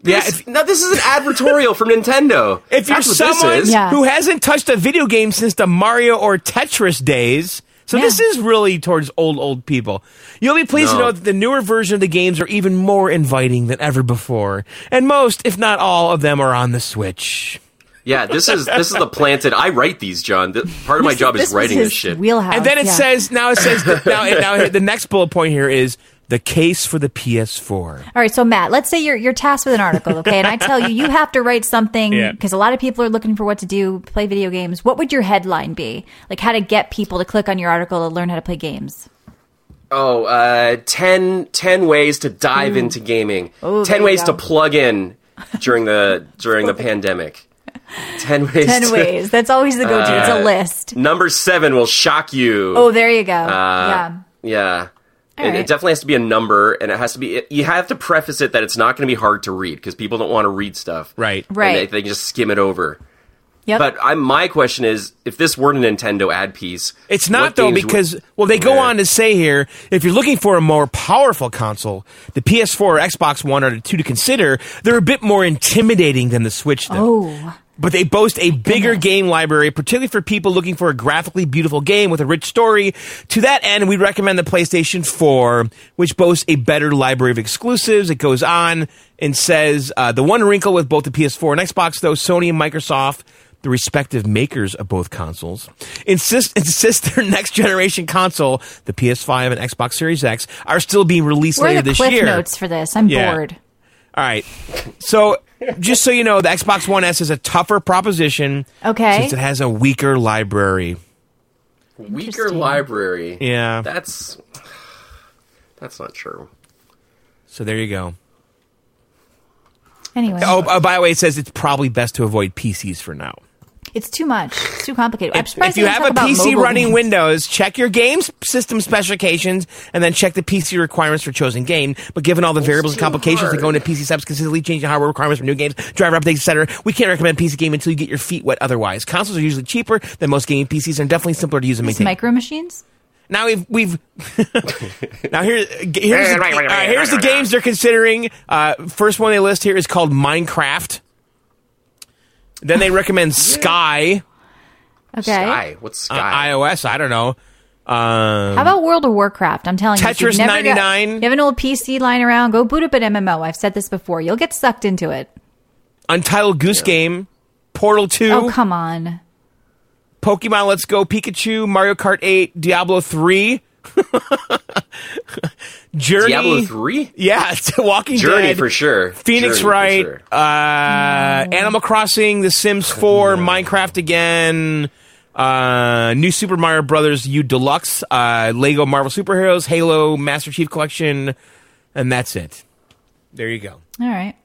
B: Yeah,
D: This-
B: if,
D: now this is an advertorial from Nintendo.
B: if you're
D: That's what this
B: someone
D: is.
C: Yeah.
B: who hasn't touched a video game since the Mario or Tetris days, so this
C: Yeah.
B: is really towards old old people. You'll be pleased to
D: No.
B: know that the newer version of the games are even more inviting than ever before, and most, if not all, of them are on the Switch.
D: Yeah, this is this is the planted. I write these, John. Th- Part of my job
C: this
D: is writing
C: was
D: this
C: his
D: shit.
C: Wheelhouse.
B: And then it
C: yeah.
B: says now it says now, now the next bullet point here is the case for the PS4.
C: All right, so Matt, let's say you're you're tasked with an article, okay? And I tell you, you have to write something
B: Yeah.
C: because a lot of people are looking for what to do, play video games. What would your headline be? Like how to get people to click on your article to learn how to play games?
D: Oh, uh, 10, 10 ways to dive into gaming.
C: Ooh, there
D: ten
C: you
D: ways
C: go.
D: to plug in during the during the pandemic. Ten ways.
C: Ten
D: to-
C: ways. That's always the go-to. it's
D: Uh,
C: a list.
D: Number seven will shock you.
C: Oh, there you go.
D: Uh,
C: yeah.
D: Yeah. It, it
C: right.
D: definitely has to be a number, and it has to be. You have to preface it that it's not going to be hard to read because people don't want to read stuff,
B: Right.
D: And
C: Right.
D: they, they can just skim it over.
C: Yep.
D: But I, my question is, if this were a Nintendo ad piece,
B: It's
D: what
B: not though
D: games would-
B: because well they go
D: Yeah.
B: on to say here if you're looking for a more powerful console, the PS4 or Xbox One are the two to consider. They're a bit more intimidating than the Switch though.
C: oh.
B: But they boast a bigger game library, particularly for people looking for a graphically beautiful game with a rich story. To that end, we recommend the PlayStation 4, which boasts a better library of exclusives. It goes on and says uh, the one wrinkle with both the PS4 and Xbox, though, Sony and Microsoft. The respective makers of both consoles insist insist their next generation console, the PS5 and Xbox Series X, are still being released
C: Where
B: later
C: are the
B: this
C: cliff
B: year.
C: notes for this? I'm
B: Yeah.
C: bored.
B: All right. So, just so you know, the Xbox One S is a tougher proposition.
C: Okay.
B: Since it has a weaker library.
D: weaker
C: Interesting.
D: library.
B: Yeah.
D: That's that's not true.
B: So there you go.
C: Anyway,
B: Oh, uh, by the way, it says it's probably best to avoid PCs for now.
C: it's too much. It's too complicated. I'm
B: If
C: surprised
B: you
C: they didn't
B: have a
C: talk about
B: PC
C: mobile
B: running
C: games.
B: Windows, check your game s- system specifications and then check the PC requirements for chosen game. But given all the variables and
D: too
B: complications that go
D: hard.
B: into PC subs, consistently changing hardware requirements for new games, driver updates, etc., we can't recommend PC game until you get your feet wet otherwise. Consoles are usually cheaper than most gaming PCs and definitely simpler to use and
C: It's
B: maintain.
C: micro machines.
B: Now we've we've now here here's the, all right, here's the games they're considering. Uh, first one they list here is called Minecraft. Then they recommend Sky
C: Okay.
D: Sky. What's
B: uh,
D: Sky?
B: iOS. I don't know. Um,
C: How about World of Warcraft? I'm telling you, if you've
B: Tetris
C: never got-
B: 99.
C: you have an old PC lying around. Go boot up an MMO. I've said this before. You'll get sucked into it.
B: Untitled Goose Game, Portal Two,
C: Oh come on.
B: Pokemon Let's Go, Pikachu, Mario Kart Eight, Diablo Three, Journey.
D: Diablo three.
B: Yeah, it's Walking
D: Journey
B: Dead. Uh,
D: for sure.
B: Phoenix
D: Journey for
B: Wright,
D: sure.
B: uh, Animal Crossing, The Sims 4, Minecraft again, uh, New Super Mario Brothers U Deluxe, uh, Lego Marvel Superheroes, Halo Master Chief Collection, and that's it. There you go.
C: All right.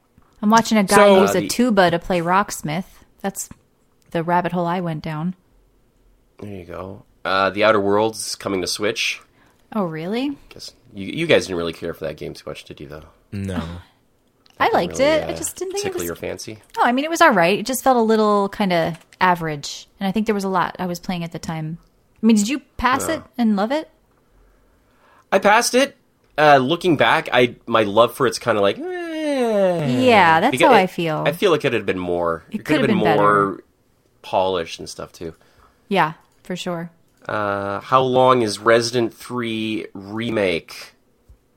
C: I'm watching a guy
B: So-
C: use
D: Uh,
C: a
D: the-
C: tuba to play Rocksmith. That's the rabbit hole I went down.
D: There you go. Uh, the Outer Worlds coming to Switch.
C: Oh, really?
D: Guess you, you guys didn't really care for that game too much, did you? Though.
B: No.
C: I liked
D: Really,
C: it. I
D: uh,
C: just didn't think it
D: tickle
C: was.
D: your fancy.
C: No, I mean, it was all right. It just felt a little kind of average. And I think there was a lot I was playing at the time. I mean, did you pass it and love it?
D: I passed it. Uh, looking back, I my love for it's kind of like. eh.
C: Yeah, that's
D: Because
C: how I
D: it-
C: feel.
D: I feel like it had been more. It, could have been,
C: better.
D: more polished and stuff too.
C: yeah, for sure.
D: Uh, how long is Resident Three remake?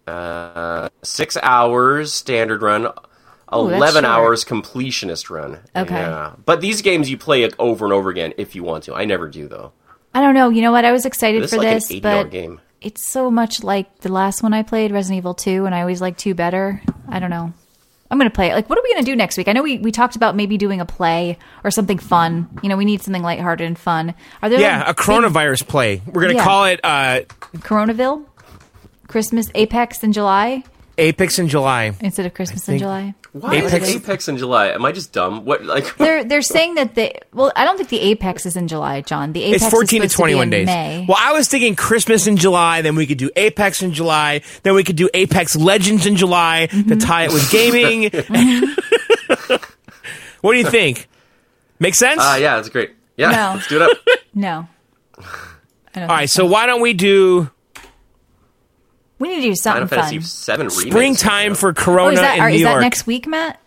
D: Uh, six hours standard run,
C: that's short.
D: eleven hours completionist run.
C: Okay.
D: but these games you play it over and over again if you want to. I never do though.
C: I don't know. You know what? I was excited
D: It's
C: for
D: like
C: this,
D: an eighty-hour
C: but
D: game.
C: it's so much like the last one I played, Resident Evil 2, and I always like 2 better. I don't know. I'm going to play it. Like, what are we going to do next week? I know we, we talked about maybe doing a play or something fun. You know, we need something lighthearted and fun. Are there
B: Yeah,
C: like,
B: a coronavirus play. We're gonna
C: Yeah.
B: call it uh,
C: big- Coronaville? Christmas Apex in July
B: Apex in July.
C: instead of Christmas in
B: think-
C: July?
D: Why
B: Apex-
D: is Apex in July? Am I just dumb? What like?
C: They're they're saying that they well I don't think the apex is in July, John. The apex
B: It's 14 to
C: is supposed be
B: 21
C: in
B: days.
C: May.
B: Well, I was thinking Christmas in July, then we could do Apex in July, then we could do Apex Legends in July
C: Mm-hmm.
B: to tie it with gaming. what do you think? Make sense?
D: Ah, yeah, that's great. Yeah,
C: No.
D: let's do it up.
C: no, I don't.
B: All right, so why don't we do
C: we need to do
D: Final
C: something
D: Fantasy
C: fun.
D: VII remake.
B: springtime for
C: Oh,
B: Corona
C: is that
B: in
C: are,
B: New
C: is
B: York?
C: that next week, Matt?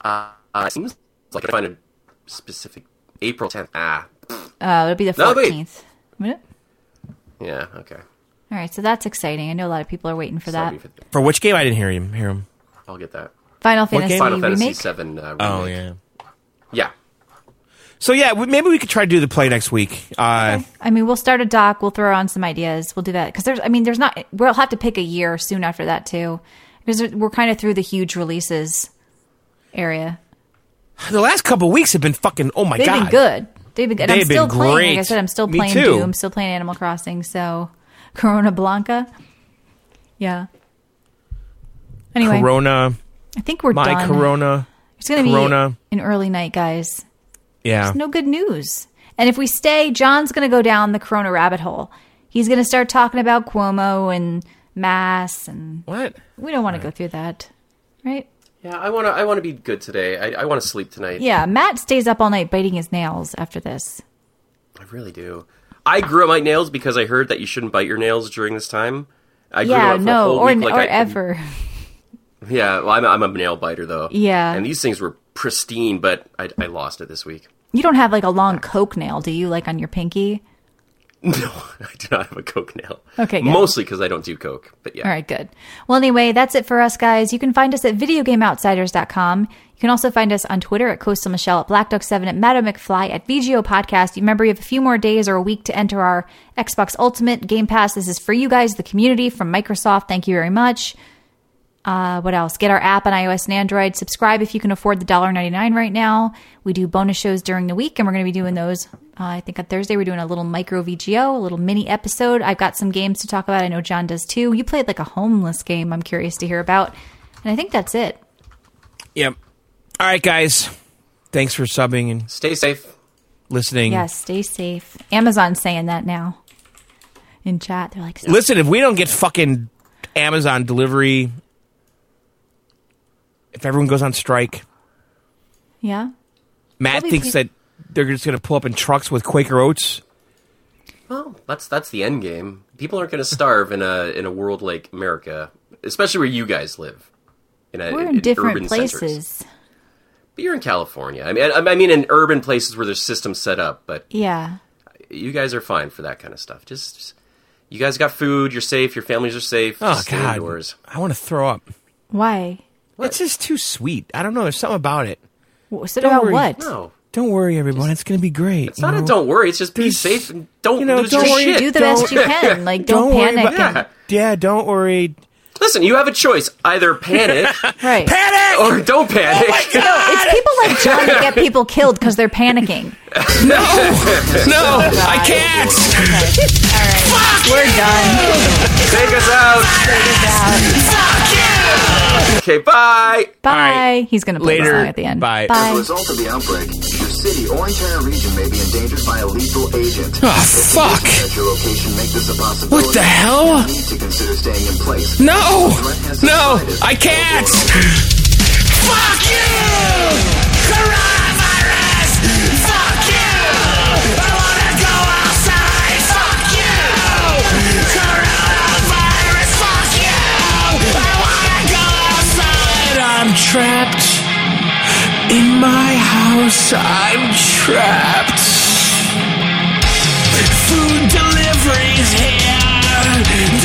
D: Uh, it seems like I find a specific April tenth. Ah,
C: Uh, it'll be the
D: No, wait.
C: fourteenth. All
D: yeah, okay.
C: right, so that's exciting. I know a lot of people are waiting for
D: So
C: that.
D: we-
B: for which game? I didn't hear him. Hear him.
D: I'll get that.
C: Final Fantasy
B: game?
D: Final
C: remake.
D: Fantasy VII. Uh, remake.
B: Oh yeah.
D: yeah.
B: So yeah, we- maybe we could try to do the play next week. Uh,
C: I mean, we'll start a doc. We'll throw on some ideas. We'll do that because there's. I mean, there's not. We'll have to pick a year soon after that too, because we're kind of through the huge releases area.
B: The last couple weeks have been fucking. Oh my
C: They've
B: god.
C: been good. They've been good. And I'm
B: They've been
C: still playing. Like I
B: great.
C: said, I'm still
B: Me
C: playing
B: too.
C: Doom. Still playing Animal Crossing. So Corona Blanca. Yeah. Anyway,
B: Corona,
C: I think we're
B: my
C: done.
B: Corona.
C: it's going to
B: Corona.
C: be an early night, guys.
B: Yeah.
C: No good news. And if we stay, John's going to go down the Corona rabbit hole. He's going to start talking about Cuomo and mass, and
B: What?
C: we don't want to go through that, right?
D: Yeah, I wanna I wanna be good today. I, I wanna sleep tonight.
C: Yeah, Matt stays up all night biting his nails after this.
D: I really do. I grew out my nails because I heard that you shouldn't bite your nails during this time. I grew
C: yeah,
D: out for a
C: no,
D: whole
C: or
D: week, like
C: or
D: I-
C: ever.
D: Yeah, well, I'm, a- I'm a nail biter though.
C: Yeah.
D: and these things were pristine, but I, I lost it this week.
C: You don't have like a long coke nail, do you? Like on your pinky?
D: No, I do not have a coke nail.
C: Okay, good.
D: mostly because I don't do coke. But yeah,
C: All right, good. Well, anyway, that's it for us, guys. You can find us at videogameoutsiders.com. You can also find us on Twitter at Coastal Michelle, at Black Dog 7 at Madam McFly, at VGO Podcast. You Remember, you have a few more days or a week to enter our Xbox Ultimate Game Pass. This is for you guys, the community from Microsoft. Thank you very much. Uh, what else? Get our app on iOS and Android. Subscribe if you can afford the $1.99 right now. We do bonus shows during the week, and we're going to be doing those. Uh, I think on Thursday we're doing a little micro VGO, a little mini episode. I've got some games to talk about. I know John does too. You played like a homeless game. I'm curious to hear about. And I think that's it.
B: Hmm. Yep. All right, guys. Thanks for subbing and
D: stay safe.
B: listening.
C: Yeah, stay safe. Amazon's saying that now in chat. They're like,
B: Listen, if we don't get fucking Amazon delivery, if everyone goes on strike,
C: yeah.
B: Matt
C: Probably
B: thinks
C: pe-
B: that they're just going to pull up in trucks with Quaker Oats.
D: Well, that's that's the end game. People aren't going to starve in a in a world like America, especially where you guys live. In
B: uh,
D: a,
C: We're in different
D: urban centers.
C: places.
D: But you're in California. I mean, I, I mean, in urban places where there's systems set up. But
C: Yeah.
D: you guys are fine for that kind of stuff. Just, just- you guys got food. You're safe. Your families are safe.
B: Oh
D: Just stay
B: God,
D: indoors.
B: I want to throw up.
C: Why?
B: It's just too sweet. I don't know. There's something about it.
C: What- So
B: Don't
C: about
B: worry.
C: what?
D: No,
B: Don't worry, everyone. it's going to be great.
D: it's not a don't worry. It's just be
B: There's-
D: safe and don't
B: you know,
D: lose
B: don't
D: your
B: worry,
D: shit.
C: Do the best you can. Like, don't,
B: worry
C: panic.
B: about-
C: and-
B: yeah, don't worry.
D: Listen, you have a choice. Either panic
C: right.
B: Panic. panic!
D: or don't panic.
C: It's people like John that get people killed because they're panicking.
B: no, no, I can't.
C: We're done.
D: Take us out. Okay, bye.
C: Bye.
B: right.
C: He's gonna play this
B: Later.
C: song at the end.
B: Bye.
J: As a
C: Bye.
J: result of the outbreak, your city or entire region may be endangered by a lethal agent.
B: Oh, fuck.
J: At your location, make this a possibility.
B: What the hell?
J: You need to consider staying in place.
B: No, no, I can't.
E: Fuck you! Coronavirus! Fuck you! I wanna go outside! Fuck you! Coronavirus! Fuck you! I wanna go outside! I'm trapped in my house. I'm trapped. Food delivery's here.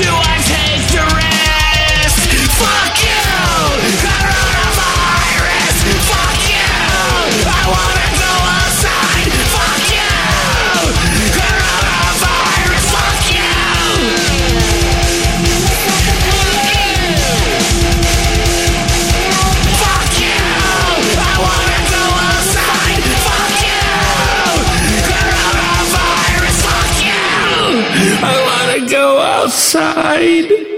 E: Do I take the risk? Fuck you! Coronavirus! Fuck you! I wanna go outside! Fuck you! Coronavirus! Fuck you! Fuck you! I wanna go outside! Fuck you! Coronavirus! Fuck you! I wanna go outside!